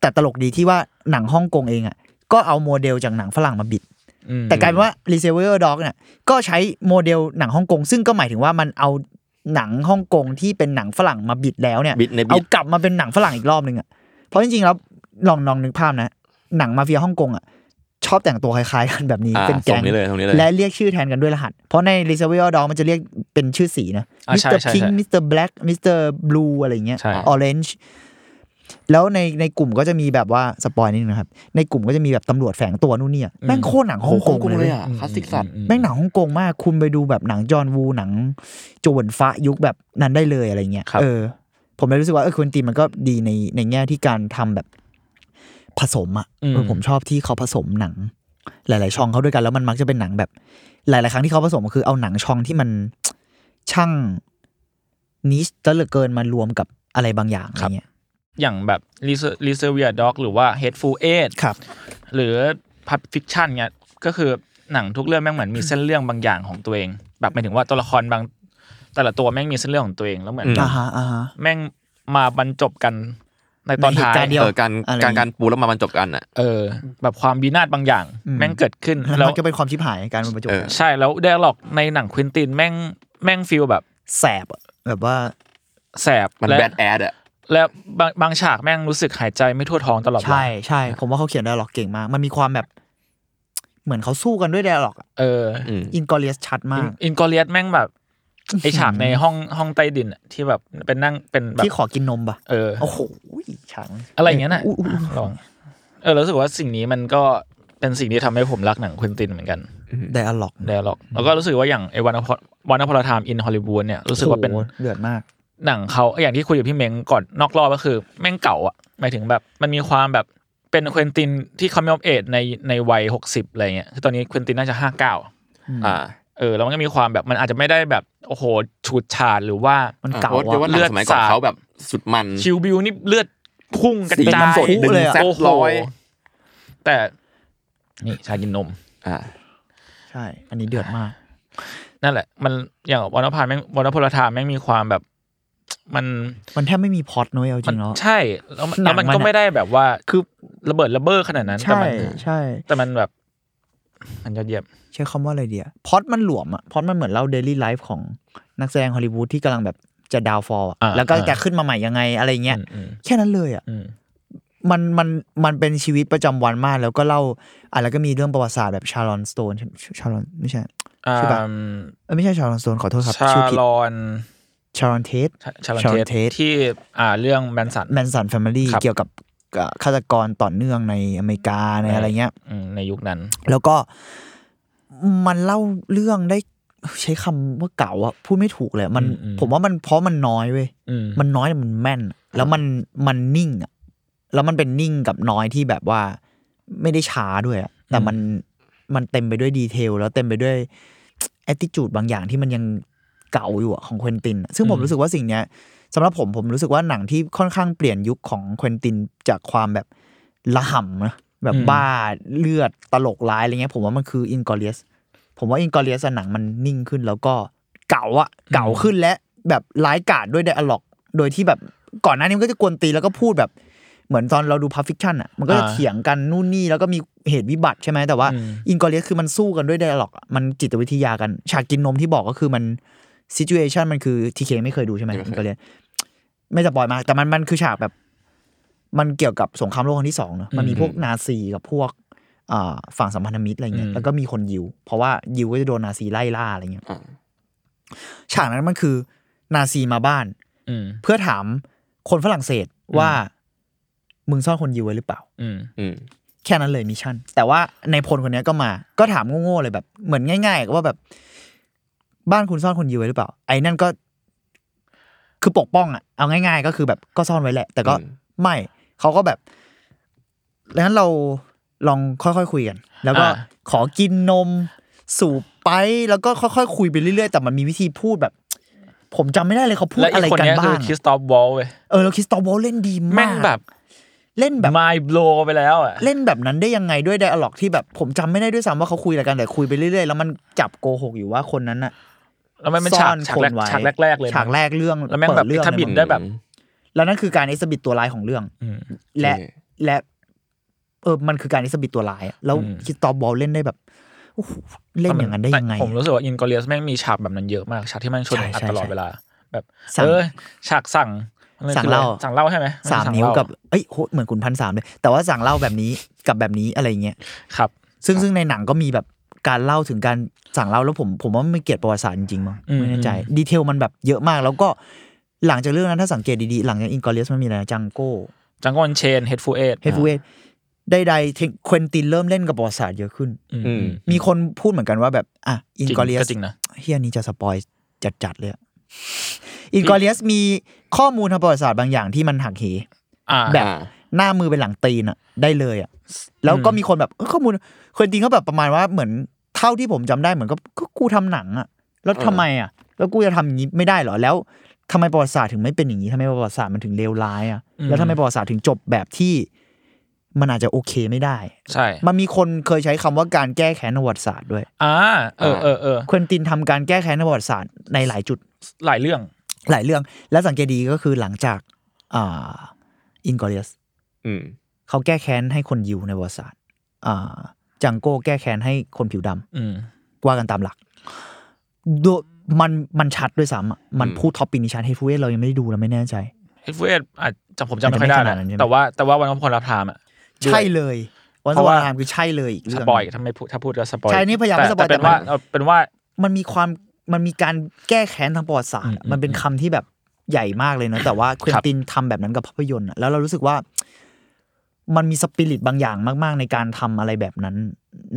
แต่ตลกดีที่ว่าหนังฮ่องกงเองอะก็เอาโมเดลจากหนังฝรั่งมาบิด
อืม
แต่กลายเป็นว่า r e s e r v e r Dog เนี่ยก็ใช้โมเดลหนังฮ่องกง ซึ่งก็หมายถึงว่ามันเอาหนังฮ่องกงที่เป็นหนังฝรั่งมาบิดแล้วเนี่ย
บิดในบิด
เอากลับมาเป็นหนังฝรั่งอีกรอบหนึ่งอ่ะเพราะจริงๆแล้วลองลองนึกภาพนะ หนังมาเฟียฮ่องกงอ่ะชอบแต่งตัวคล้ายๆกันแบบนี้
อ่า
เป็น
ตร
แก๊ง
งนี้เลยตรงนี้เลย
และเรียกชื่อแทนกันด้วยรหัส เพราะใน r e s e r v e r Dog มันจะเรียกเป็นชื่อสีนะ
อ่า
มิส
ใช่
เตอร์
ใช่
พิง
ใช่
มิสเตอร์แบล็กมิสเตอร์บลูอะไรอย่างเงี้ย
ใช่
ออเรนจ์ แล้วในในกลุ่มก็จะมีแบบว่าสปอยนิดนึงนะครับ ในกลุ่มก็จะมีแบบตำรวจแฝงตัวนู่นเนี่ย
อืม
แม่งโคตรหนังฮ่องกงเลยเว้ย
อืม
คลาสสิกสัตว์
อืม
แม่งหนังฮ่องกงมาก คุณไปดูแบบหนังจอห์นวูหนังโจวนฟ้ายุคแบบนั้นได้เลยอะไรเงี้ย
ครับ
เออ ผมเลยรู้สึกว่าเออควินตีนมันก็ดีในในแง่ที่การทำแบบผสมอ่ะ
อืม
เออผมชอบที่เขาผสมหนัง หลาย ๆ ช่องเขาด้วยกันแล้วมันมักจะเป็นหนังแบบ หลาย ๆ ครั้งที่เขาผสมก็คือเอาหนังช่องที่มัน ช่างนิชจะเหลือเกินมารวมกับอะไรบางอย่างอะไรเงี้ย
อย่างแบบรีเซอร์เวียด็อกหรือว่าเฮดฟูเอท
ครับ
หรือพับฟิกชันเนี่ยก็คือหนังทุกเรื่องแม่งเหมือนมีเส้นเรื่องบางอย่างของตัวเอง แบบหมายถึงว่าตัวละครบาง แต่ละตัวแม่งมีเส้นเรื่องของตัวเองแล้วเหมือน
อืม
อ่าฮะอ่าฮะ
แม่งมาบรรจบกันในตอน
ในเหตุ
ท้าย
การณ์เดียว
เออการ
อะไร
การการปูแล้วมาบรรจบกันอ่ะ
เออ แบบความวินาศบางอย่าง
อืม
แม่งเกิดขึ้น
แล้วมันก็เป็นความชิบหายการมันประจวบ
เออ
ใช่แล้วไดร์ล็อกในหนังควินตินแม่งแม่งฟีลแบบ
แสบอะแบบว่า
แสบ
มัน
และ
แบดแอดอ่ะ
และบางบางฉากแม่งรู้สึกหายใจไม่ทั่วท้องตลอดเวลา
ใช่ใช่ผมว่าเขาเขียนไดอะล็อกเก่งมาก มันมีความแบบ เหมือนเขาสู้กันด้วยไดอะล็อก
เออ
อืม
อินกอเลียสชัด
อิ
มาน ก
อินกอเลียสแม่งแบบไอฉากในห้องห้องใต้ดินอะที่แบบเป็นนั่งเป็นแบบ
ที่ขอกินนมปะ
เออ
โอ้โหฉากนั้น
อะไรอย่างเงี้ยน่ะ
อุ๊อุ๊อุ๊
ลองเออรู้สึกว่าสิ่งนี้มันก็เป็นสิ่งที่ทำให้ผมรักหนังควินตินเหมือนกัน
ไดอะล็อก
ไดร์ล็อกแล้วก็รู้สึกว่าอย่างไอวันวันอพอลทามอินฮอลลีวูดเนี่ยรู้สึกว่าเป็น
โอ้โหเดือดมาก
หนังเขาอย่างที่คุยกับพี่เม้งก่อนนอกรอบก็คือ แม่งเก่าอ่ะหมายถึงแบบมันมีความแบบเป็นเควินตินที่เขาไม่ออเอดในในวัยหกสิบอะไรเงี้ยคือตอนนี้เควินตินน่าจะห้าเก้า
อ่า
เออแล้วมันก็มีความแบบมันอาจจะไม่ได้แบบโอ้โหฉูดฉาดหรือว่า
มันเก่า
เพราะว่า
อะ
หนังสมัยก่อน
เลือดสาด
เขาแบบสุดมัน
คิวบิวนี่เลือดพุ่งกระ
สี
จา
น้ำส
ย
ดดึง
เลยอะ
แซ่บ
โโห
ร้อย
แต่นี่ชากินนม
อ่า
ใช่ อันนี้เดือดมาก
นั่นแหละ มันอย่างวันนพานแม่งวันนพลธารแม่งมีความแบบ มัน
มันแทบไม่มีพล็อตน้อยเอาจ
มั
ริงแล้ว
ใช่แล้วมันแล้วมัน
หนังมัน
ก็
อะ
ไม่ได้แบบว่า
คือ
ระเบิดระเบ้อขนาดนั้นแต่
ใช่
มัน
ใช่
แต่มันแบบ มันยอดเยี่ยม
ใช้คำว่าอะไรเดียพล็อตมันหลวมอะพล็อตมันเหมือนเล่าเดลี่ไลฟ์ของนักแสดงฮอลลีวูดที่กำลังแบบจะดาวฟอล
อ่า
แล้วก็
อ่า
จะขึ้นมาใหม่ยังไงอะไรเงี้ย
อืม
แค่นั้นเลยอะ
อืม
มันมันมันเป็นชีวิตประจำวันมาก แล้วก็เล่าอ่ะแล้วก็มีเรื่องประวัติศาสตร์แบบชาลอนสโตนชาลอนไม่ใช่
อ่า
ใช่ปะ เอ้ยไม่ใช่ชาลอนสโตนขอโทษครับ
ชา
ชื่อผิด
ลอน
ชาลอนเทส
ชาชาลอน
ชาลอน
เท
เท
ส
ส
ที่อ่าเรื่องแมนสัน
แมนสันแฟมิลี่
ครับ
เกี่ยวกับเอ่อฆาตกรต่อเนื่องในอเมริกาใน
เอออ
อะไรเงี้ย
อืมในยุคนั้น
แล้วก็มันเล่าเรื่องได้ใช้คำว่าเก่าอะพูดไม่ถูกเลย มัน
อืมอืม
ผมว่ามันเพราะมันน้อยเว้ย
อืม
มันน้อยแต่มันแม่น แล้วมันมันนิ่งอะแล้วมันเป็นนิ่งกับน้อยที่แบบว่าไม่ได้ช้าด้วยอะแต่มันมันเต็มไปด้วยดีเทล แล้วเต็มไปด้วย แอตติจูดบางอย่างที่มันยังเก่าอยู่อะของเควินตินอะซึ่งผม
อืม
รู้สึกว่าสิ่งเนี้ยสำหรับผมผมรู้สึกว่าหนังที่ค่อนข้างเปลี่ยนยุคของเควินตินจากความแบบละห่ำนะแบบบ้าเลือดตลกร้ายอะไรเงี้ย ผมว่ามันคืออินกอเลียส ผมว่าอินกอเลียสหนังมันนิ่งขึ้นแล้วก็เก่าอะเก่าขึ้นและแบบร้ายกาจด้วยไดอะล็อก โดยที่แบบก่อนหน้านี้มันก็จะกวนตีนแล้วก็พูดแบบ เหมือนตอนเราดูพัฟฟิคชั่นอะมันก็จะ
อ่า
เถียงกันนู่นนี่แล้วก็มีเหตุวิบัติใช่ไหมแต่ว่า
อืม
อินกอเลียสคือมันสู้กันด้วยไดอะล็อกอะมันจิตวิทยากัน ฉากกินนมที่บอกก็คือมันซิจูเอชันมันคือทีเคไม่เคยดูใช่ไหม
ไม่เคย
อินกอเลียสไม่จะปล่อยมากแต่มันมันคือฉากแบบ มันเกี่ยวกับสงครามโลกครั้งที่สองเนอะมันมีพวกนาซีกับพวก อ่าฝั่งสัมพันธมิตรอะไรเงี้
อื
ย
ม
แล้วก็มีคนยิว เพราะว่ายิวก็จะโดนนาซีไล่ล่าอะไรเงี้ย
อ่า
ฉากนั้นมันคือ นาซีมาบ้าน
อืม
เพื่อถามคนฝรั่งเศสว่า มึงซ่อนคนยิวไว้หรือเปล่า
อืม
อืม
แค่นั้นเลยมิชชั่น แต่ว่าในพลคนเนี้ยก็มา ก็ถามโง่ๆเลยแบบ เหมือนง่ายๆว่าแบบ บ้านคุณซ่อนคนยิวไว้หรือเปล่า ไอ้นั่นก็ คือปกป้องอะเอาง่าย ๆ ก็คือแบบก็ซ่อนไว้แหละ แต่ก็
อืม
ไม่เขาก็แบบดังนั้นเราลองค่อยๆคุยกัน แล้วก็
อ่า
ขอกินนม สูบไปแล้วก็ค่อยๆคุยไปเรื่อยๆแต่มันมีวิธีพูดแบบ ผมจำไม่ได้เลยเขาพูด
และอีก
อะไร
คน
กัน
เนี้ยคื
บ้า
องคริสตอฟวอลเว้ย
เออแล้วคริสตอวอลเล่นดีมาก
แม่งแบบ
เล่นแบบ
มายโบลไปแล้วอ่ะ
เล่นแบบนั้นได้ยังไงด้วยไดอะล็อกที่แบบผมจำไม่ได้ด้วยซ้ำว่าเขาคุยอะไรกันแต่คุยไปเรื่อยๆ แล้วมันจับโกหกอยู่ว่าคนนั้นน่ะ
แล้วมันเป็น
ซ่
ฉา
อก น
ฉา
ค
ก
น
แรก
ไว้
ฉากแรกๆเลยนะ
ฉากแรกเรื่อง
แล้วแม่งแบบ
เปิดเรื่อง
ถ้าบิด
เลยมั้ง
ได้แบบ
แล้วนั่นคือการเอ็กซบิทตัวร้ายของเรื่อง
อืม
และ
โอเค
และเออมันคือการเอ็กซบิทตัวร้ายอะแล้ว
อืม
คิดตอบบอลเล่นได้แบบโอ้โหเล่นอย่างนั้นได้ยังไง
แต่
อะ
ผมรู้สึกว่าอินกอเลียสแม่งมีฉากแบบนั้นเยอะมาก ฉากที่แม่งชน
ใช่
อัด
ใช่
ตลอด
ใช่
เวลา แบบ
สั่ง
เออฉากสั่งมัน
สั่ง
คือ
เหล้า
สั่งเหล้าใช่ไหม
สาม
สั่ง
นิ้ว
เหล้
กับเอ้ยโหเหมือนคุณพันสามเลยแต่ว่าสั่งเล่าแบบนี้กับแบบนี้อะไรอย่างเงี้ย
ครับ
ซึ่งซึ่งในหนังก็มีแบบการเล่าถึงการสั่งเล่าแล้วผมผมว่ามันเกียรติประวัติศาสตร์จริงๆมั้ง
อืม
ไม่แน่ใจ ดีเทลมันแบบเยอะมาก แล้วก็หลังจากเรื่องนั้นถ้าสังเกตดีๆ หลังจากอินกอเลียสมันมีอะไรนะจังโก้
จังกอนเชนเฮดฟูเอท
เฮฟูเอตใดๆที่เควินตินเริ่มเล่นกับประวัติศาสตร์เยอะขึ้น
อืม
มีคนพูดเหมือนกันว่าแบบ อ่ะ อินกอริส
จริงนะ
เฮียนี้จะสปอยจัดๆเลยอะอินกอริสมีข้อมูลทางประวัติศาสตร์บางอย่างที่มันหักเห
อ่า
แบบ หน้ามือเป็นหลังตีนอะได้เลยอะแล้วก็มีคนแบบเอ้ยข้อมูลเควินตินเขาแบบประมาณว่าเหมือนเท่าที่ผมจำได้เหมือนก็ก็กูทำหนังอะแล้วทำไมอะแล้วกูจะทำอย่างนี้ไม่ได้เหรอแล้วทำไมประวัติศาสตร์ถึงไม่เป็นอย่างนี้ทำไมประวัติศาสตร์มันถึงเลวร้ายอะ
อืม
แล้วทำไมประวัติศาสตร์ถึงจบแบบที่ มันอาจจะโอเคไม่ได้
ใช่
มันมีคนเคยใช้คำว่าการแก้แค้นประวัติศาสตร์ด้วย
อ่าเออเออเออ
เควินตินทำการแก้แค้นประวัติศาสตร์ในหลายจุด
หลายเรื่อง
หลายเรื่อง และสังเกตดีก็คือหลังจากอ่าอินกอริส
อืม
เขาแก้แค้นให้คนยิวในประวัติศาสตร์อ่าจังโก้แก้แค้นให้คนผิวดำ
อืม
ว่ากันตามหลักดวยมันมันชัดด้วยซ้ำอะมัน
อืม
พูดท็อปปินิชันเฮฟูเอเรายังไม่ได้ดูเราไม่แน่ใจ
เฮดฟูเอทอาจจะผมจำไม่ค่อยได้
อาจจะไม่ขนาด
นะ
นั้นใช่ไหม
แต่ว่าแต่ว่าวันนั้นคนรับทามอ่ะ
ใช่เลย วัน
เพ
ส
ราะ
วร
ว่า
รค์คือใช่เลยอีก
ส
เรื่อง
ปอยถ้าไม่พูดถ้าพูดก็สปอย
ใช่นี่พยายามไม่สปอย
แต่เป็น
แต่มัน
ว่าเอาเป็นว่า
มันมีความมันมีการแก้แค้นทางประวัติศาสตร์อะ
อืม
มันเป็นคำที่แบบใหญ่มากเลยเนอะแต่ว่าเควินตินทำแบบนั้นกับภาพยนตร์อะแล้วเรารู้สึกว่า มันมีสปิริตบางอย่างมาก ๆ ในการทำอะไรแบบนั้น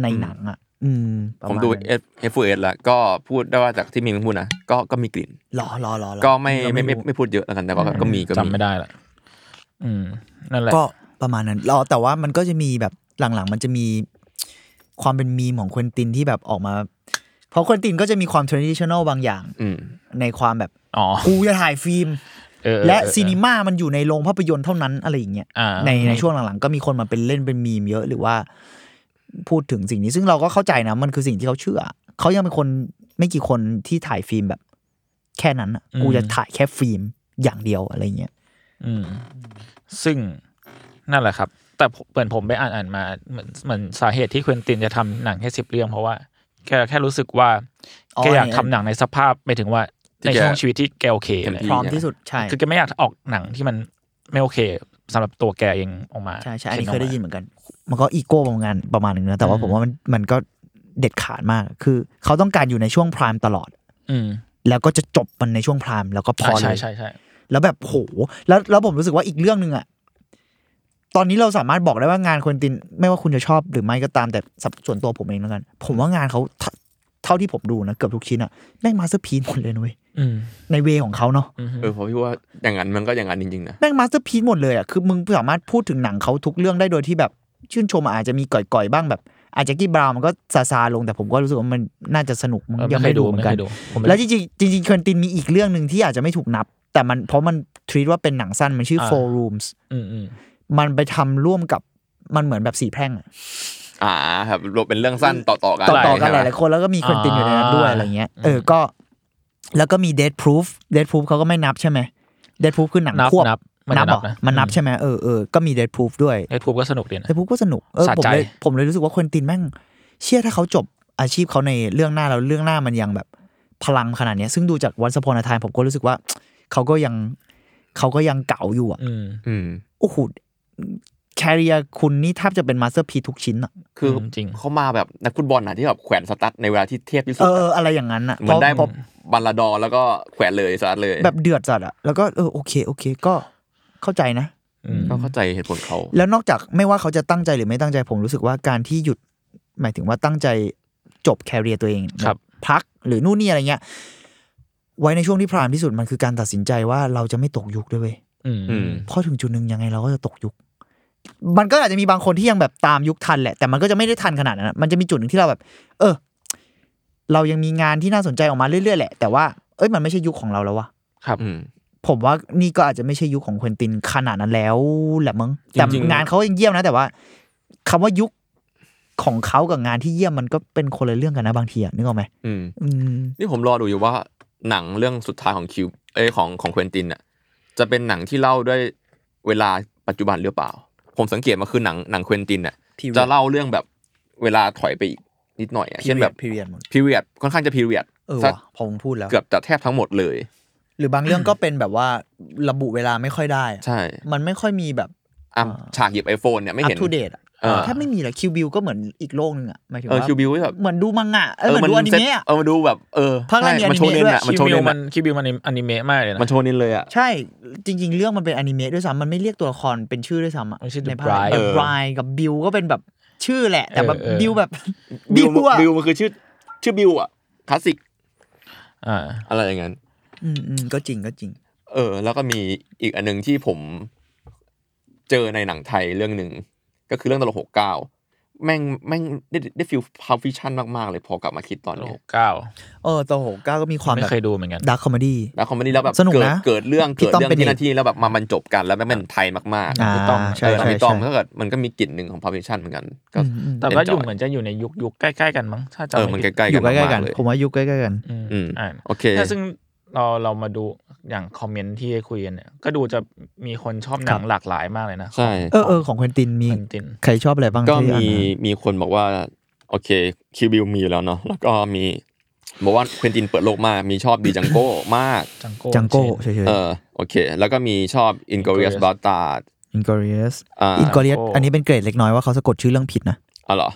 ในหนังอ่ะ อืมประาณ
ผมดู
นั้น
เอฟเอฟแล้วก็พูดได้ว่าจากที่มีมึงพูดนะก็ก็มีกลิ่น
รอรอรอรอ
ก็ไม่ไม่ไม่
รู้
ไม่พูดเยอะแล้วกันแต่ว่าก็ก็มีก็
จำไม่ได้ละอืม นั่นแหละ
ก็ประมาณนั้นรอแต่ว่ามันก็จะมีแบบหลังๆ มันจะมีความเป็นมีมของเควินตินที่แบบออกมา เพราะเควินตินก็จะมีความ traditional บางอย่าง
อืม
ในความแบบ
อ๋อ
กูจะถ่ายฟิล์ม
เออเออ
และ
เออ
ซีนีมามันอยู่ในโรงภาพยนตร์เท่านั้นอะไรอย่างเงี้ย
อ่า
ในในช่วงหลังๆ ก็มีคนมาเป็นเล่นเป็นมีมเยอะหรือว่า พูดถึงสิ่งนี้ซึ่งเราก็เข้าใจนะ มันคือสิ่งที่เขาเชื่อ เขายังเป็นคนไม่กี่คนที่ถ่ายฟิล์มแบบ แค่นั้นอะกูจะถ่ายแค่ฟิล์มอย่างเดียวอะไรเงี้ย
อืม ซึ่งนั่นแหละครับ แต่ผมเหมือนผมไปอ่านอ่านมาเหมือนเหมือนสาเหตุที่เควินตินจะทำหนังแค่สิบเรื่องเพราะว่าแค่แค่รู้สึกว่าแกอยากทำหนังในสภาพไม่ถึงว่า
ที่
ใน
แก
ช่วงชีวิตที่แกโอเคเลย
เต็มที่
พร้อมที่สุดใช่
คือแกไม่อยากออกหนังที่มันไม่โอเคสำหรับตัวแกเองออกมา
ใช่ใช่อันนี้
ขี
เค
ก
ย
มา
ได้ยินเหมือนกัน มันก็อีโก้ประมาณประมาณหนึ่งนะแต่ว่า
อืม
ผมว่ามันมันก็เด็ดขาดมาก คือ เขาต้องการอยู่ในช่วงพรามตลอด
อืม
แล้วก็จะจบมันในช่วงพรามแล้วก็พอเล
ใช่
ย
ใช่ใช่
แล้วแบบโหแล้วแล้วผมรู้สึกว่าอีกเรื่องหนึ่งอะตอนนี้เราสามารถบอกได้ว่างานควินติน ไม่ว่าคุณจะชอบหรือไม่ก็ตามแต่สำส่วนตัวผมเองแล้วกัน ผมว่างานเขาเท่าเท่าที่ผมดูนะ เกือบทุกชิ้นอะแม่งมาสเตอร์พีนหมดเลยนุ้ย
อืม
ในเวของเขาเนาะ
อืม
เออเพราะพี่ว่าอย่างนั้นมันก็อย่างนั้นจริงๆนะ
แม่งมาสเตอร์พีนหมดเลยอะคือมึงสามารถพูดถึงหนังเขาทุกเรื่องได้โดยที่แบบชื่นชมอาจจะมีก่อยๆบ้างแบบ อาจจะกี้บราวน์มันก็ซาซาๆลงแต่ผมก็รู้สึกว่ามันน่าจะสนุกมึง
เออ
ยัง
เค
ไม่ดูเหมือนกัน
ไคยผมไม่
แล้วจริงๆจริงๆควินตินมีอีกเรื่องหนึ่งที่อาจจะไม่ถูกนับ แต่มันเพราะมันทรีตว่าเป็นหนังสั้นมันชื่อ four rooms
อืมอืม
มันไปทำร่วมกับมันเหมือนแบบสีแพร่งอะ
อ่าครับรวมเป็นเรื่องสั้นต่อต่อๆกัน
ต่อต่อกันห
ใช่ไม
ลายๆคนแล้วก็มีคนตินอยู่ในนั้นด้วย
อ่า
อะไรเงี้ยเออก็ แล้วก็มี dead proof dead proof เขาก็ไม่นับใช่ไหม dead proof คือหนัง
นับ
ควบ
นับไม่
นั
ได้
บเหรอ
นะ
มันนับใช่ไหมเออเออก็มี dead proof ด้วย
ไอ้ทูบก็สนุกดีนะ
dead proof ก็สนุกเออ
สะ
ผม
ใจ
เลยผมเลยรู้สึกว่าควินตินแม่ง เชื่อถ้าเขาจบอาชีพเขาในเรื่องหน้าแล้วเรื่องหน้ามันยังแบบพลังขนาดเนี้ยซึ่งดูจากวันสปอนทายผมก็รู้สึกว่า เขาก็ยังเขาก็ยังเก่าอยู่อ่ะ
อืม
อืม
โอ้โหแคริเอร์คุณนี่แทบจะเป็นมาสเตอร์พีทุกชิ้นอะ
คือ
จริง
เขามาแบบนักฟุตบอลนะที่แบบแขวนสตั๊ดในเวลาที่เทพที่สุ
เอ
ด
อ
อะ
อะไรอย่างนั้นอ่ะ
เหมือนได้
เพราะ
บัลลาดอร์แล้วก็แขวนเลยสตั๊ดเลย
แบบเดือดจัดอ่ะ แล้วก็เออโอเคโอเคก็เข้าใจนะ
อืม
ก็เข้าใจเหตุผลเขา
แล้วนอกจากไม่ว่าเขาจะตั้งใจหรือไม่ตั้งใจผมรู้สึกว่าการที่หยุด หมายถึงว่าตั้งใจจบแคริเอร์ตัวเอง
ครับ
พักหรือนู่นนี่อะไรเงี้ย ไว้ในช่วงที่พรามที่สุดมันคือการตัดสินใจว่าเราจะไม่ตกยุคด้วยเว้ย
อืม
อืม
เพราะถึงจุดหนึ่งยังไงเราก็จะตกยุค มันก็อาจจะมีบางคนที่ยังแบบตามยุคทันแหละ แต่มันก็จะไม่ได้ทันขนาดนั้นอะมันจะมีจุดหนึ่งที่เราแบบ เออ เรายังมีงานที่น่าสนใจออกมาเรื่อยๆแหละ แต่ว่าเอ้ยมันไม่ใช่ยุคของเราแล้ววะ
ครับ
อืม
ผมว่านี่ก็อาจจะไม่ใช่ยุคของเควินตินขนาดนั้นแล้วแหละมั้งแต่
จริงๆ
งานเขายังเยี่ยมนะ แต่ว่าคำว่ายุคของเขากับงานที่เยี่ยมมันก็เป็นคนละเรื่องกันนะบางทีอะนึกออกไหม
อืม
อืม
นี่ผมรอดูอยู่ว่าหนังเรื่องสุดท้ายของคิวเอยของของเควินตินอ่ะจะเป็นหนังที่เล่าด้วยเวลาปัจจุบันหรือเปล่า ผมสังเกตมาคือหนังหนังเควินตินอ่ะจะเล่าเรื่องแบบเวลาถอยไปอีกนิดหน่อยอะเช่นแบบ
พีเรียดหมด
พีเรียดค่อนข้างจะพีเรียด
เออว่ะพอผมพูดแล้ว
เกือบจะแทบทั้งหมดเลย
หรือบางเรื่องก็เป็นแบบว่าระบุเวลาไม่ค่อยได้อะ
ใช่
มันไม่ค่อยมีแบบ
อ่ะ
อ่า
ฉากหยิบไอโฟนเนี่ยไม่เห็น
อัปทูเดต
เออ
แทบไม่มีเลยคิวบิวก็เหมือนอีกโลกหนึ่งอ่ะหมายถึง
เออ
ว่า
คิวบิวแบบ
เหมือนดูมังงะเออเหมือนดูอนิ
ซ็ต
เมะอะ
เออมันดูแบบเออ
ภาคแรกมี
ใช่มันโชว์เน้น
อนิเมะด้วย
อะมันโชว์
คิวบิวน มั
เน้อะ
นคิวบิวมันอนิเมะมากเลยนะ
มันโชว์เน้นเลยอะ
ใช่จริง ๆ เรื่องมันเป็นอนิเมะด้วยซ้ำมันไม่เรียกตัวละครเป็นชื่อด้วยซ้ำอ่ะ
มันชื่อ The
ในภาค
Bride
เด
เอ
อะ
อ
บรายกับบิวก็เป็นแบบชื่อแหละ แต่แบบ
เออเออ
บิวแบบบิวอะ
บิวมันคือชื่อชื่อบิวอะคลาสสิก
อ่า
อะไรอย่างเงี้ย
อืมอืมก็จริงก็จริง
เออแล้วก็มีอีกอันหนึงที่ผมเจอในหนังไทยเรื่องหนึ่งก็คือเรื่องตลกหกเก้าแม่งแม่งได้ได้ฟิลพาวฟิชันมาก ๆ เลยพอกลับมาคิดตอน
โล
เนี้ย
เก้า
เออตัวหกเก้าก็มีความ
ไม่
แบบ
เคยดูเหมือนกัน
ดาร์คคอมเมดี้
แล้วคอมเมดี้แล้วแบบ
สนุก
เกิด
นะ
เกิดเรื่อง
พี่
เกิด
ต้อม
เรื่อง
เป็น
ที่ห
เอก
นาที่แล้วแบบมาบรรจบกันแล้วแม่งเป็นไทยมาก
อ่า
ๆพี่ต้อม
ใช่
เออ
ใช่
พี่ต้อม
ใช่
ถ้าเกิดมันก็มีกลิ่นหนึ่งของพาวฟิชันเหมือนกันก็
อืมอืม
แต่ก็
Enjoy
อยู่เหมือนจะอยู่ในยุคยุคใกล้ๆกันมั้งถ้าจำ
เออ
ไม่
มัน
ผิ
ใก
ด
ล้ๆกั
อยู่
น
ใก
มาน
ล้ๆกั
กๆเลย
ผมว่ายุคใกล้ๆกัน
อืม
อ่า
โอเค
ถ้าซึ่งเราเรามาดูอย่างคอมเมนต์ที่คุยกันเนี่ยก็ดูจะมีคนชอบหนังหลากหลายมากเลยนะ
ใช่
เออเออของเควินตินมี
ควินติน
ใครชอบอะไรบ้าง
ก็
ที่อ่าน
มี
มา
มีคนบอกว่า โอเคคิวบิวมีอยู่แล้วเนาะแล้วก็มีบอกว่าเควินตินเปิดโลกมากมีชอบดีจังโก้ มาก
จังโก้
จังโก้
ใช่
เฉย
เออโอเค แล้วก็มีชอบ Inglorious
Inglorious
b a s t a r d
ๆอินกอริเอส
อ่า
อินกอริเอส
โอ้
อันนี้เป็นเกรดเล็กน้อยว่าเขาสะกดชื่อเรื่องผิดนะ
อ๋อเหรอ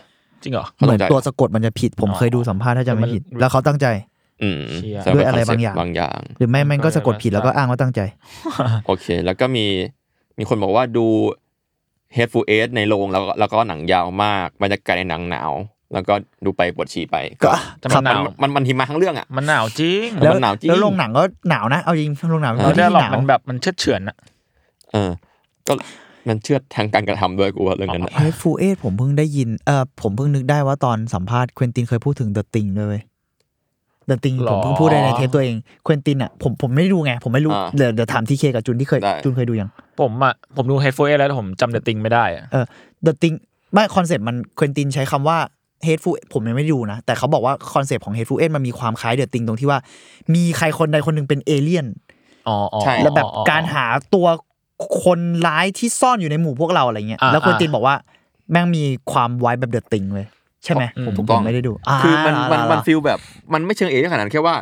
จริงเหรอ
เขา
เหมื
ตั้
อน
งใจ
ตัวสะกดมันจะผิด ผม
อ๋อ
เคยดูสัมภาษณ์ถ้าจำไม่ผิด
มัน
แล้วเขาตั้งใจ
อืม
เชี่ย
แสดงว่
ด้วยอะไรบางอย่าง
คอนเซ็ปต์บางอย่าง
หรือไม่แม่งก็สะกดผิดแล้วก็อ้างว่าตั้งใจ
โอเค แล้วก็มีมีคนบอกว่าดู Hateful Eight ในโรงแล้วก็แล้วก็หนังยาวมากบรรยากาศในหนังหนาว แล้วก็ดูไปปวดฉี่ไป
ก็
แต่มันหนาว
มันมันหิมะทั้งเรื่องอ่ะ
มันหนาวจริง
แล้
แล้ว
มันหนาวจริง
แล้วโรงหนังก็หนาวนะ เอาจริงโรงหนัง
แล้ว
เป็น
ได้
ที่
หรอก
หนาว
มันแบบมันเชือดเฉือนอะ
เออ ก็มันเชื่อทางการกระทำด้วยกูว่าเรื่องนั้นอะ
เฮฟูเอทผมเพิ่งได้ยินเออผมเพิ่งนึกได้ว่าตอนสัมภาษณ์เควินตินเคยพูดถึงเดอะติงด้วยเดอะติง
หรอ
ผมเพิ่งพูดได้ในเทปตัวเองเควินตินอ่ะผมผมไม่ดูไง ผมไม่รู้
า
เดี๋ยวเดี๋ยวถามทีเคกับจุนที่เคย
ได้
จุนเคยดูยัง
ผมอะผมดูเฮดโฟเอแล้วผมจำเดอะติงไม่ได้อะ
เดอะติงไม่คอนเซปต์มันเควินตินใช้คำว่าเฮดฟูผมยังไม่ได้ดูนะ แต่เขาบอกว่าคอนเซปต์ของเฮดฟูเอทมันมีความคล้ายเดอะติงตรงที่ว่า มีใครคนใดคนหนึ่งเป็นเอเลี่ยน
อ๋ออ๋อ
ใช่
แล้วแบบ
อ๋ออ๋อ
การหาตัวคนร้ายที่ซ่อนอยู่ในหมู่พวกเราอะไรเงี้ย
อ่า
แล้วคุณ
อ่า
ตินบอกว่าแม่งมีความไว้แบบเดอะติงเลยใช่ไหม
อืม
ผม
ถูก
ผ
ต้อง
มไม่ได้ดู
คือมัน
อ่า
มัน
อ่า
มันฟิลแบบมันไม่เชิงเอเลี่ยนขนาดนั้นแค่ว่า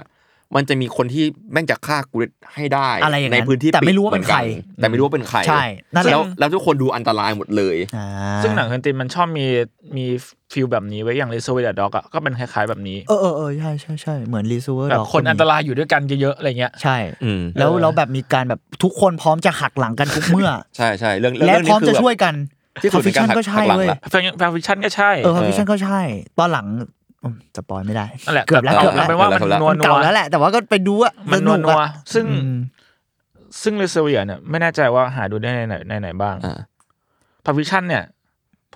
มันจะมีคนที่แม่งจะฆ่ากูให้ได้
อะไรอย่าง
ใน
นั้น
พื้นที่
แต่ไม่รู้ว่า
ปิ
เป็
ด
นใคร
หมือกัแต่ไม่รู้ว่าเป็นใคร
ใช่นั่นแหละ
แล้วแล้วทุกคนดูอันตรายหมดเลย
อ่า
ซึ่งหนังควินตินมันชอบมีมีฟิลแบบนี้ไว้อย่างเลโซเวดด็อกอะก็เป็นคล้ายๆแบบนี้
เออเออเออใช่ใช่ใช่เหมือนรีซูเวอร์
แบบคนอันตรายอยู่ด้วยกันเยอะๆอะไรเงี้ย
ใช่
อืม
แล้ว
เออ
แล้วแบบมีการแบบทุกคนพร้อมจะหักหลังกันทุกเมื่อ
ใช่ใช่เรื่องเรื่
และ
อง
พร้อม
นี้คื
จะ
อแบบ
ช่วยกัน
ที่สุดใน
ฟิ
กา
ชั
ร
น
หัก
ก็
หั
ใช่
กหลัง
เว้ย
ละ
แฟนแฟนฟิชั่นก็ใช่
เออฟิชันก็ใช่ ตอนหลังอืมสปอยไม่ได้
นั่นแหละ
เกือบแล้ว
แต่
เกือบ
แต่
แล้ว
เป็นว่ามัน
เกือบแล้ว
นัว
มัน
นั
เก่าว แล้วแหละ แต่ว่าก็ไปดูอะ
มัน
ส
นัว
ก
นัว
อะ
ซึ่ง
อืม
ซึ่งเลโซเวียเนี่ยไม่แน่ใจว่าหาดูได้ในไหนในไหนบ้าง
อ่า
พาวิชั่นเนี่ย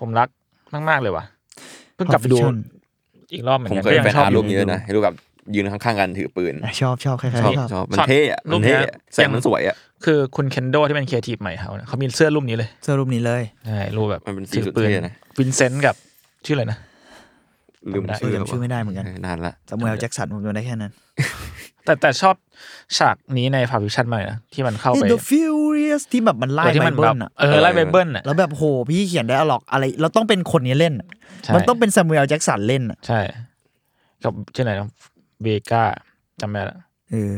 ผมรักมากๆเลยว่ะเพิ่งกลับไปดู
Pulp Fiction
อีกรอบเหมือน
ผม
กัน
เคย
ก็ยั
เป็
ง
นแฟน
ชอบ
อา
อ
รู
ยู่
ปนี้ด้วยนะรูปแบบยืนข้างๆกันถือปืน
ชอบชอบใครๆ
ชอบ
ชอบ
ชอบมันเท่อะ
รูป
มัน
เนี้ย
เท่อะแสงมันสวยอะ
คือคุณเคนโดที่เป็นครีเอทีฟใหม่เขาเนี่ยเขามีเสื้อรูปนี้เลย
เสื้อรูปนี้เลย
ใช่รูปแบบ
มันเป็นสี
ถือปื
สุดเท่นะ
วินเซนต์กับชื่ออะไรนะ
ลืม
จำได้
เอ
ชื่
อ
อ
จำชื่อไม่ได้เหมือนกัน
นานละ
สมูเอลแจ็คสันผมจำได้แค่นั้น
แต่แต่ชอบฉากนี้ในพาวิชั่นมากเลยนะที่มันเข้าไป
The Furious ที่แบบมันไล่
ตัวที่
ไบ
มัน
เบิ
แบ
ล
บ
น่ะ
เออไล่ไบเบิลน่ะ
แล้วแบบโหพี่เขียนได้อะหรอกอะไร เราต้องเป็นคนนี้เล่นน่ะ
ใช่
มันต้องเป็นสมูเอลแจ็คสันเล่นน่ะ
ใช่ กับชื่ออะไรนะเวก้าจำไม่ได้ละ
เออ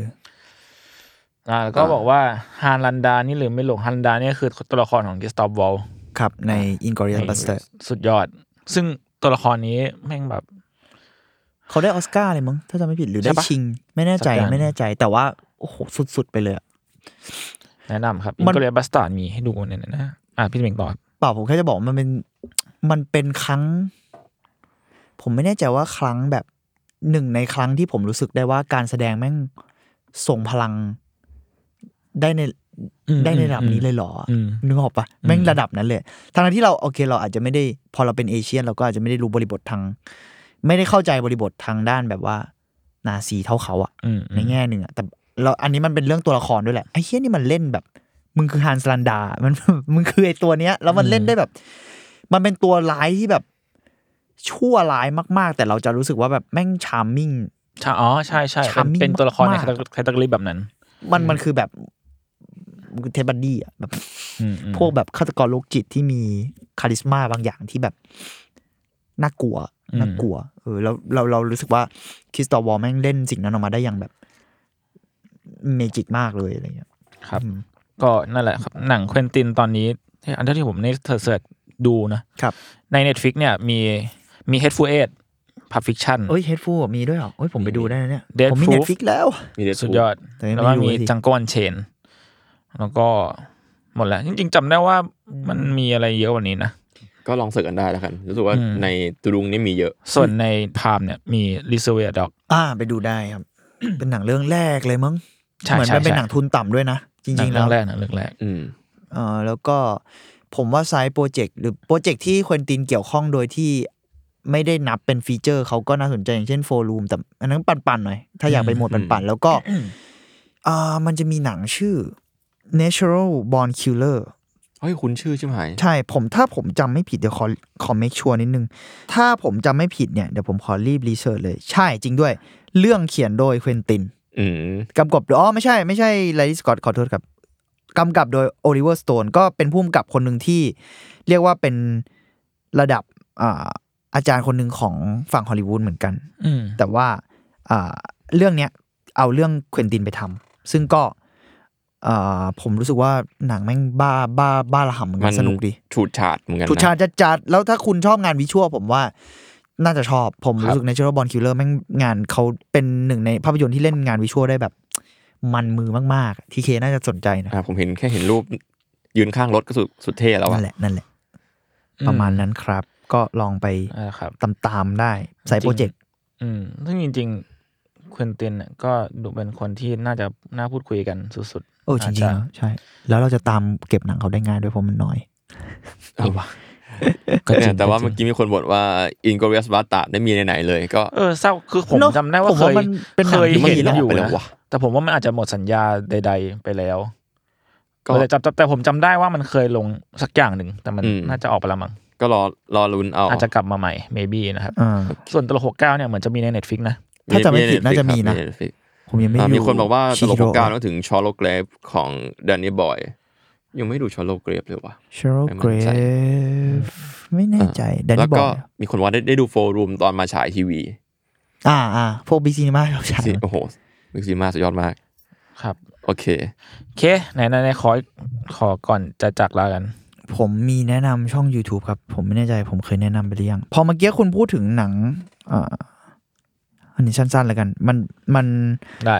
อ่าแล้วก็บอกว่าฮานลันดานี่ลืมไม่ลงฮันลันดาเนี่ยคือตัวละครของกิสตอฟวอล
ครับใน Inglourious Basterds
สุดยอด ซึ่งตัวละครนี้แม่งแบบ
เขาได้ออสการ์เลยมั้งถ้าจำไม่ผิดหรือได้
ใช่ปะ
ชิง ไม่แน่ใจ
สักอย่าง
ไม่แน่ใจแต่ว่า โอ้โห สุดๆ ไปเลยอะ
แนะนำครับ
มั
มัน
น
ก็เลยบัสตาร์มีให้ดูเนี่ยนะอ่ะพี่เมงต่อ
เปล่าผมแค่จะบอกว่ามันเป็นมันเป็นครั้ง ผมไม่แน่ใจว่าครั้งแบบหนึ่งในครั้งที่ผมรู้สึกได้ว่าการแสดงแม่งส่งพลังได้ใน
อืม
ได้ในระดับนี้เลยเหรอ
อืม
นึกออกปะแม่งระดับนั้นเลยทั้งที่เราโอเค เราอาจจะไม่ได้ พอเราเป็นเอเชียน เราก็อาจจะไม่ได้รู้บริบททางไม่ได้เข้าใจบริบททางด้านแบบว่า นาซีเท่าเขาอะ
อืมอืม
ในแง่หนึ่งอะแต่เราอันนี้มันเป็นเรื่องตัวละครด้วยแหละไอ้เฮี้ยนี่มันเล่นแบบ มึงคือฮันสลันดา มัน มึงคือไอตัวเนี้ย แล้วมันเล่นได้แบบ มันเป็นตัวร้ายที่แบบ ชั่วร้ายมากๆ แต่เราจะรู้สึกว่าแบบแม่งชาร์มมิ่ง
ใช่อ๋อใช่ใช่เป็น
Charming
เป็นตัวละครใน
มาก
แคตตาล็อแบบนั้น
มันมันคือแบบมึงคือเทปบัดดี้อะแบบ
อืมอืม
พวกแบบฆาตกรโรคจิตที่มีคาริสมาบางอย่างที่แบบน่ากลัวน่ากลัวเออแล้วเราเรารู้สึกว่าคริสตอวอลแม่งเล่นสิ่งนั้นออกมาได้อย่างแบบเมจิกมากเลยอะไรเงี้ย
ครับ ก็นั่นแหละครับ หนังเควินตินตอนนี้ที่อันที่ผมในเสิร์ช ดูนะครับ ใน Netflix เนี่ยมีมี Hateful Eight พับฟิคชั่น
เอ้ยเฮดฟูมีด้วยเหรอเอ้ยผมไปดูได้นะเนี่ย
Dead
ผมมี
Proof
เน็ตฟิกแล้ว
มีเดท
สุดยอด
แต่ยังไม่
แล้วก็
รู้
มี
เลยดิ
จังก้อนเชน แล้วก็หมดแล้ว จริง ๆจำได้ว่ามันมีอะไรเยอะกว่านี้นะ
ก็ลองเสิร์ชกันได้แล้วกัน รู้สึกว่า
อืม
ในตุลุงนี่มีเยอะ
ส่วนในพามเนี่ยมี r e s e r v e r Dog
อ่าไปดูได้ครับ เป็นหนังเรื่องแรกเลยมั้ง
ใช่
เหมือน
ใช่
มันเป็น
ใช่
หนังทุนต่ำด้วยนะ จริง ๆ
หนั
แล้
เรื่อ
ว
งแรกหนะเรื่องแรก
อืม
เออแล้วก็ผมว่าไซต์โปรเจกต์หรือโปรเจกต์ที่ควินตินเกี่ยวข้องโดยที่ไม่ได้นับเป็นฟีเจอร์เขาก็น่าสนใจอย่างเช่นโฟลูมแต่อันนั้นปันๆหน่อย ถ้าอยากไปโหมดปันๆแล้วก็อ่ามันจะมีหนังชื่อ Natural Born Killer
เฮ้ย คุณชื่อชิมหาย
ใช่ผมถ้าผมจำไม่ผิดเดี๋ยวขอขอเมคชัวร์นิดนึง ถ้าผมจำไม่ผิดเนี่ย เดี๋ยวผมขอรีบรีเสิร์ชเลย ใช่จริงด้วย เรื่องเขียนโดยเควินติน
อืม
กำกับอ๋อไม่ใช่ไม่ใช่ไลลี่สกอตขอโทษครับกำกับโดยโอลิเวอร์สโตนก็เป็นผู้กำกับคนหนึ่งที่ เรียกว่าเป็นระดับอ่าอาจารย์คนหนึ่งของฝั่งฮอลลีวูดเหมือนกัน
อืม
แต่ว่าอ่าเรื่องเนี้ยเอาเรื่องเควินตินไปทำซึ่งก็อ่าผมรู้สึกว่าหนังแม่งบ้าบ้าบ้าระห่ำเหมือน
มั
กัน นสนุกดี
ฉูดฉาดเหมือนกันนะ
ถูกชาติจัดจัดๆแล้วถ้าคุณชอบงานวิชวลผมว่า น่าจะชอบ ผม
ครับ
รู้สึก Natural Born Killer แม่งงานเขาเป็นหนึ่งในภาพยนตร์ที่เล่นงานวิชวลได้แบบ มันมือมากๆ ทีเคน่าจะสนใจนะ
อ่าผมเห็นแค่เห็นรูปยืนข้างรถก็สุดสุดเท่แล้วอะ
นั่นแหละนั่นแหละ ประมาณนั้นครับ ก็ลองไป
อ่าครับ
ตามๆได้ใส่โปรเจกต์
อืมซึ่งจริงๆควินตินเนี่ยก็ดูเป็นคนที่น่าจะน่าพูดคุยกันสุดๆ
โอ้จริงๆ
าะ
แล้วใช่ แล้วเราจะตามเก็บหนังเขาได้ง่ายด้วยเพราะมันน้อย
เออว่ะ
ก็จริง
แต่ว่า
จริ
เมื่อง กี้มีคนบ่นว่าอินก r เรียสบาตาไม่มีในไหนเลยก็
เออเศร้าคือผม
เนอะ
จำได้ว่า
ผม
เค
ว่าย มันเป็นหนั
เค
ง
ย
ที่มัน
เห็น
มีแล้ว
อยู่
ไปแล้
นะ
วว่ะ
แต่ผมว่ามันอาจจะหมดสัญญาใด ๆ ไปแล้ว
ก็
แต่จำแต่ผมจำได้ว่ามันเคยลงสักอย่างหนึ่งแต่มัน
อืม
น่าจะออกไปแล้วมั้ง
ก็รอรอลุ้นเอา
อาจจะกลับมาใหม่ maybe นะครับ
อ่า
ส่วนตลกหกเก้าเนี่ยเหมือนจะมีใน Netflix นะ
ถ้าจำไม่ผิด
ใ Netflix
น่าจะมีนะ
ครับ Netflix
ผมยังไม่
อ่า
ดู
มีคนบอกว่าตลก
ชิ
โป
โร่
รก้าวนึกถึงชอโลเกรฟของแดนนี่บอย ยังไม่ดูชอโลเกรฟเลยว่ะ
ชิโร่
ไม่
เกร
มั่นใจ
ฟไม่แน่ใจแดน
แล้ว
นี่บอ
ก็
ย
มีคนว่าได้ได้ดูโฟรูมตอนมาฉายทีวี
อ่าอ่าพวกบิ๊กซีนีมาเราใช่
สิโอ้โหมิกซีมาสุดยอดมาก
ครับ
โอเค
โอเคไหนไหนไหนขอขอก่อนจะจากลากัน
ผมมีแนะนำช่อง YouTube ครับ ผมไม่แน่ใจผมเคยแนะนำไปหรือยัง พอเมื่อกี้คุณพูดถึงหนังเอ่ออันนี้สั้นๆแล้วกัน มันมัน
ได้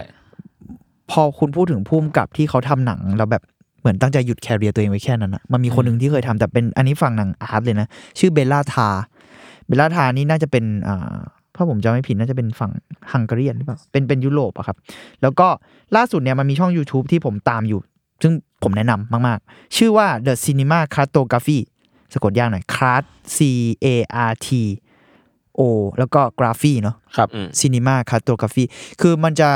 พอคุณพูดถึงพุ่มกับที่เขาทำหนังแล้วแบบเหมือนตั้งใจหยุดแคเรียร์ตัวเองไว้แค่นั้นนะมันมีคนหนึ่งที่เคยทำแต่เป็นอันนี้ฝั่งหนังอาร์ตเลยนะ ชื่อเบลล่าทา เบลล่าทานี่น่าจะเป็นอ่าถ้าผมจำไม่ผิดน่าจะเป็นฝั่งฮังการีหรือเปล่าเป็นเป็นยุโรปอะครับ แล้วก็ล่าสุดเนี่ยมันมีช่อง YouTube ที่ผมตามอยู่ ซึ่งผมแนะนำมาก ๆ ชื่อว่า The Cinema Cartography สะกดยากหน่อย Cart C A R T O แล้วก็ Graphy เนาะ
ครับ
อืม
Cinema Cartography คือมันจะ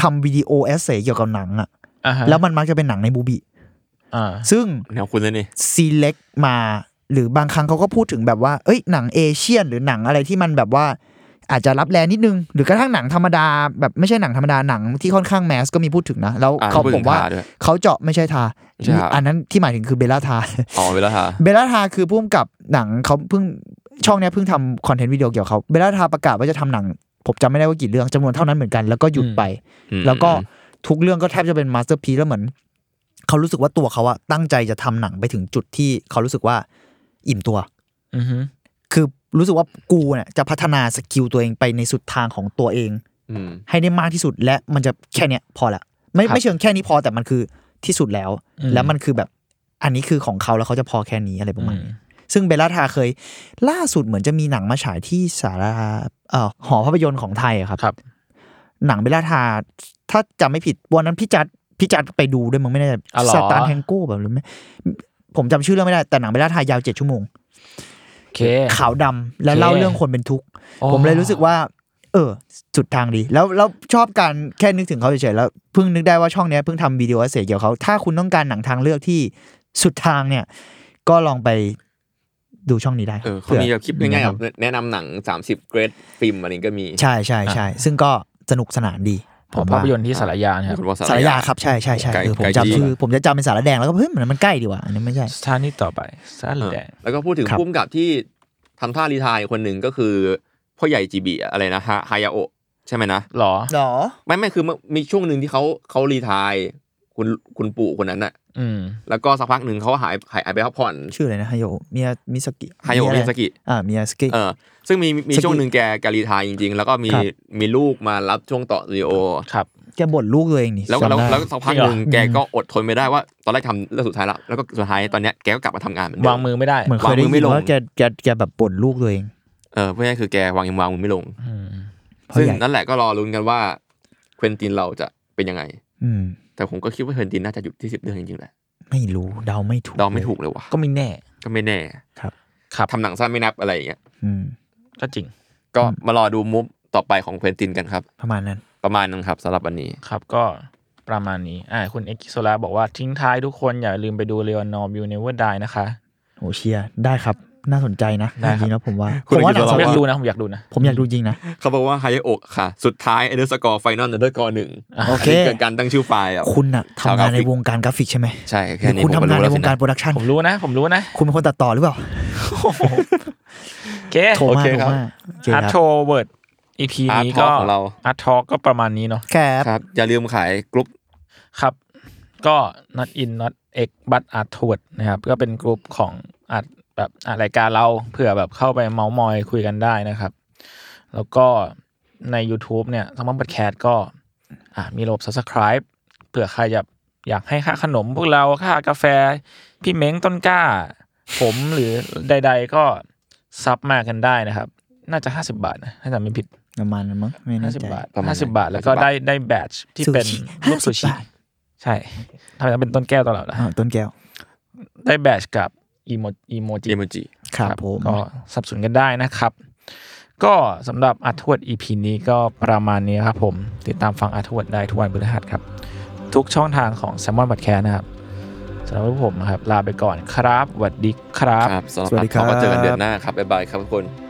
ทำวิดีโอเอเซเกี่ยวกับหนังอะ
อ่าฮะ
แล้วมันมักจะเป็นหนังในบูบี
อ่า
ซึ่ง
แนวคุณเลยนี่
select มาหรือบางครั้งเขาก็พูดถึงแบบว่า เอ้ยหนังเอเชียนหรือหนังอะไรที่มันแบบว่า อาจจะรับแรงนิดนึง หรือกระทั่งหนังธรรมดา แบบไม่ใช่หนังธรรมดาหนังที่ค่อนข้างแมสก็มีพูดถึงนะ แล้ว
อ่า
เขา
พูด
ผ
ถึ
ม
ง
ว่า
ทาด้วย
เขาเจาะไม่ใช่ทา
ไม่ใช่ทา
อันนั้นที่หมายถึงคือเบลล่าทา
อ๋อเวลาทา
เบลล่าทาคือพุ่มกับหนังเขาเพิ่งช่องเนี้ยเพิ่งทำคอนเทนต์วิดีโอเกี่ยวกับเขาเบลล่าทาประกาศว่าจะทำหนัง ผมจำไม่ได้ว่ากี่เรื่องจำนวนเท่านั้นเหมือนกันแล้วก็หยุด
อืม
ไป
อืม
แล้วก็ทุกเรื่องก็แทบจะเป็นมาสเตอร์พีแล้วเหมือน เขารู้สึกว่าตัวเขาอะตั้งใจจะทำหนังไปถึงจุดที่เขารู้สึกว่าอิ่มตัว
อือฮึ
คือรู้สึกว่ากูเนี่ยจะพัฒนาสกิลตัวเองไปในสุดทางของตัวเอง
อืม
ให้ได้มากที่สุดและมันจะแค่เนี้ยพอละไม่
ครับ
ไม่เชิงแค่นี้พอแต่มันคือที่สุดแล้ว แล้วมันคือแบบอันนี้คือของเขาแล้วเขาจะพอแค่นี้อะไรประมาณนี้ ซึ่งเบลล่าทาเคย ล่าสุดเหมือนจะมีหนังมาฉายที่สาราเอ่อหอภาพยนตร์ของไทยอะครับ
ครับ
หนังเบลล่าทา ถ้าจำไม่ผิดวันนั้นพี่จัดพี่จัดไปดูด้วยมึงไม่แน่ใจ
อ๋อเหรอ
สตาร์แทงโก้แบบหรือไม่ผมจำชื่อเรื่องไม่ได้แต่หนังเบลล่าทายาวเจ็ดชั่วโมง
โอเค
ขาวดำแล้วเล่า
โอเค
เรื่องคนเป็นทุกข์
อ๋อ
ผมเลยรู้สึกว่า เออ สุดทางดี แล้วแล้วชอบการแค่นึกถึงเขาเฉยๆแล้วเพิ่งนึกได้ว่าช่องเนี้ยเพิ่งทำวิดีโอเสเกี่ยวกับเขา ถ้าคุณต้องการหนังทางเลือกที่สุดทางเนี่ย ก็ลองไปดูช่องนี้ได้
เออเขามีแบบคลิปง่ายๆแบบแนะนำหนัง 30 เกรดฟิล์มอะไรก็มี
ใช่ใช่ใช่ซึ่งก็สนุกสนานดี
ผภาพยนตร์ที่สารยานะค
มี
รับ
คนว่
สารยาครับใช่ใช่ใช่
ไกล
คือผม
ไกลจริง
จำชื่อผมจะจำเป็นสารแดงแล้วก็เฮ้ยมันมันใกล้ดีว่ะอันนี้ไม่ใช่
สถานีต่อไปสารแดง
แล้วก็พูดถึง
ครับ
พุ่มกับที่ทำท่ารีไทายคนหนึ่งก็คือพ่อใหญ่จีบีอะไรนะฮะฮายาโอะใช่ไหมนะ
หรอ
หรอ
ไม่ไม่คือเมื่อมีช่วงหนึ่งที่เขาเขารีไทาย คุณคุณปู่คนนั้นน่ะ
อืม
แล้วก็สักพักหนึ่งเขาหายหายไปพักผ่อน
ชื่ออะไรนะฮายโยเมียมิสกิ
ฮายโอ
อะไร
มิยาซากิ
อ่าเมียสกิ
เออซึ่งมีมี
สกิ
ช่วงหนึ่งแกแกรีไทายจริง ๆ แล้วก็มี
ครับ
มีลูกมารับช่วงต่อซีโอ
ครับ
แกบ่นลูกตัวเองนี่
แล้ว
จำ
แล้ว
ได้
แล้วสักพักหนึ่ง
จริงเหรอ
แกก็อดทนไม่ได้ว่า ตอนแรกทำเรื่องสุดท้ายแล้วแล้วก็สุดท้ายตอนเนี้ยแกก็กลับมาทำงานเหมือนเดิ
วางมือไม่ได้
เหมือนเคยได้
วางมือไม่
ยิน
ลง
ว่าแกแกแกแบบบ่นลูกตัวเอง
เออเพราะงั้นคือแกวางยังวางมือไม่ลง
อืม
เพราะ
ซึ่ง
ใหญ่
นั่นแหละก็รอลุ้นกันว่าเควินตินเราจะเป็นยังไง
อืม
แต่ผมก็คิดว่าเควินตินน่าจะหยุดที่สิบเดือนจริงๆแหละ
ไม่รู้เดาไม่ถูก
เดาไม่
ลย
ถูกเลยว่ะ
ก็ไม่แน่
ก็ไม่แน่
ครับ
ครับ
ทำหนังสั้นไม่นับอะไรอย่างเงี้ย
อืม
ก็จริง
ก็มารอดูมุฟต่อไปของเควินตินกันครับ
ประมาณนั้น
ประมาณนั้นครับสำหรับวันนี้
ครับก็ประมาณนี้ อ่า คุณเอ็กซ์โซลาบอกว่าทิ้งท้ายทุกคนอย่าลืมไปดู l e o n o r Will Never Die นะคะ
โอเชียร์ได้ครับ น่าสนใจนะ
ได้
จ
ครับ
ริงๆแล้วผมว่า
คุ
ผ
ณ
มว่าห
คิ
นั
ด
ง
ว่า
ส
ผม
อ
อยาง กดูนะ ผมอยากดูนะ
ผมอยากดูจริงนะ
เขาบอกว่าไฮโอกค่ะ สุดท้ายเอเดอร์สกอร์ไฟนอลเดอร์กอร์หนึ่ง
โอเค
เกิดการตั้งชื่อไฟล์อ่ะ
คุณอะ
ชาวกราง
ทำา
ฟิก
นในวงการกราฟิกใช่ไหม
ใช่
หรื
แค่
อ
นี้
คุณ
ผมก็
ทำ
รู้
งาน
แล้
ใน
ว
ว
สิ
งการ
นะ
โปรดักชัน
ผมรู้นะ ผมรู้นะ
คุณเป็นคนตัดต่อหรือเปล่า
โอเค
โทร
โอ
มา
เค
โทร
ครับ
มาโอเค
อาร์ต
ค
โช
รับ
ว์เวิร์ด EP นี้
Art
ก็
Talk ของเรา
อาร์ตทอก็ประมาณนี้เนาะ
แคป
ครับอย่าลืมขายกรุ๊ป
ครับ ก็ not in not x but art toward นะครับ ก็เป็นกลุ่มของอาร์ตแบบอ่ะรายการเราเผื่อแบบเข้าไปเมาส์มอยคุยกันได้นะครับ แล้วก็ใน YouTube เนี่ยสมมติบัตแคสก็อ่ะมีระบบ subscribe เผื่อใครอยากอยากให้ค่าขนมพวกเราค่ากาแฟ พี่เม้งต้นกล้า ผมหรือใดๆก็ซับมากันได้นะครับ น่าจะ 50 บาทนะถ้าจำไม่ผิด
ประมาณนั้นมั้งไม่แน่
ห้าสิบ
ใจ
บาท
ประมาณ
ห้าสิบ
นั้น
บาท แล้วก็
50บาท
ได้ได้แบตชที่เป็น
ซูชิ
รูปซูชิ
50บาท
ใช่ทำไมต้องเป็นต้นแก้วตลอดล่ะ
อ่าต้นแก้ว
ได้แบตชกับอีโมอีโมจิ
เอมจิ
ครับผม
ก็สับสนกันได้นะครับ ก็สำหรับอัทวด EP นี้ก็ประมาณนี้ครับผม ติดตามฟังอัทวดได้ทุกวันพฤหัสครับ ทุกช่องทางของ s ซ m o n p o d c a s t นะครับสำหรับผมนะครับ ลาไปก่อนครับสวัสดีครับ
ครับสำหรับอัดเขาก็เจอกันเดือนหน้าครับ บ๊ายบายครับทุกคน
บ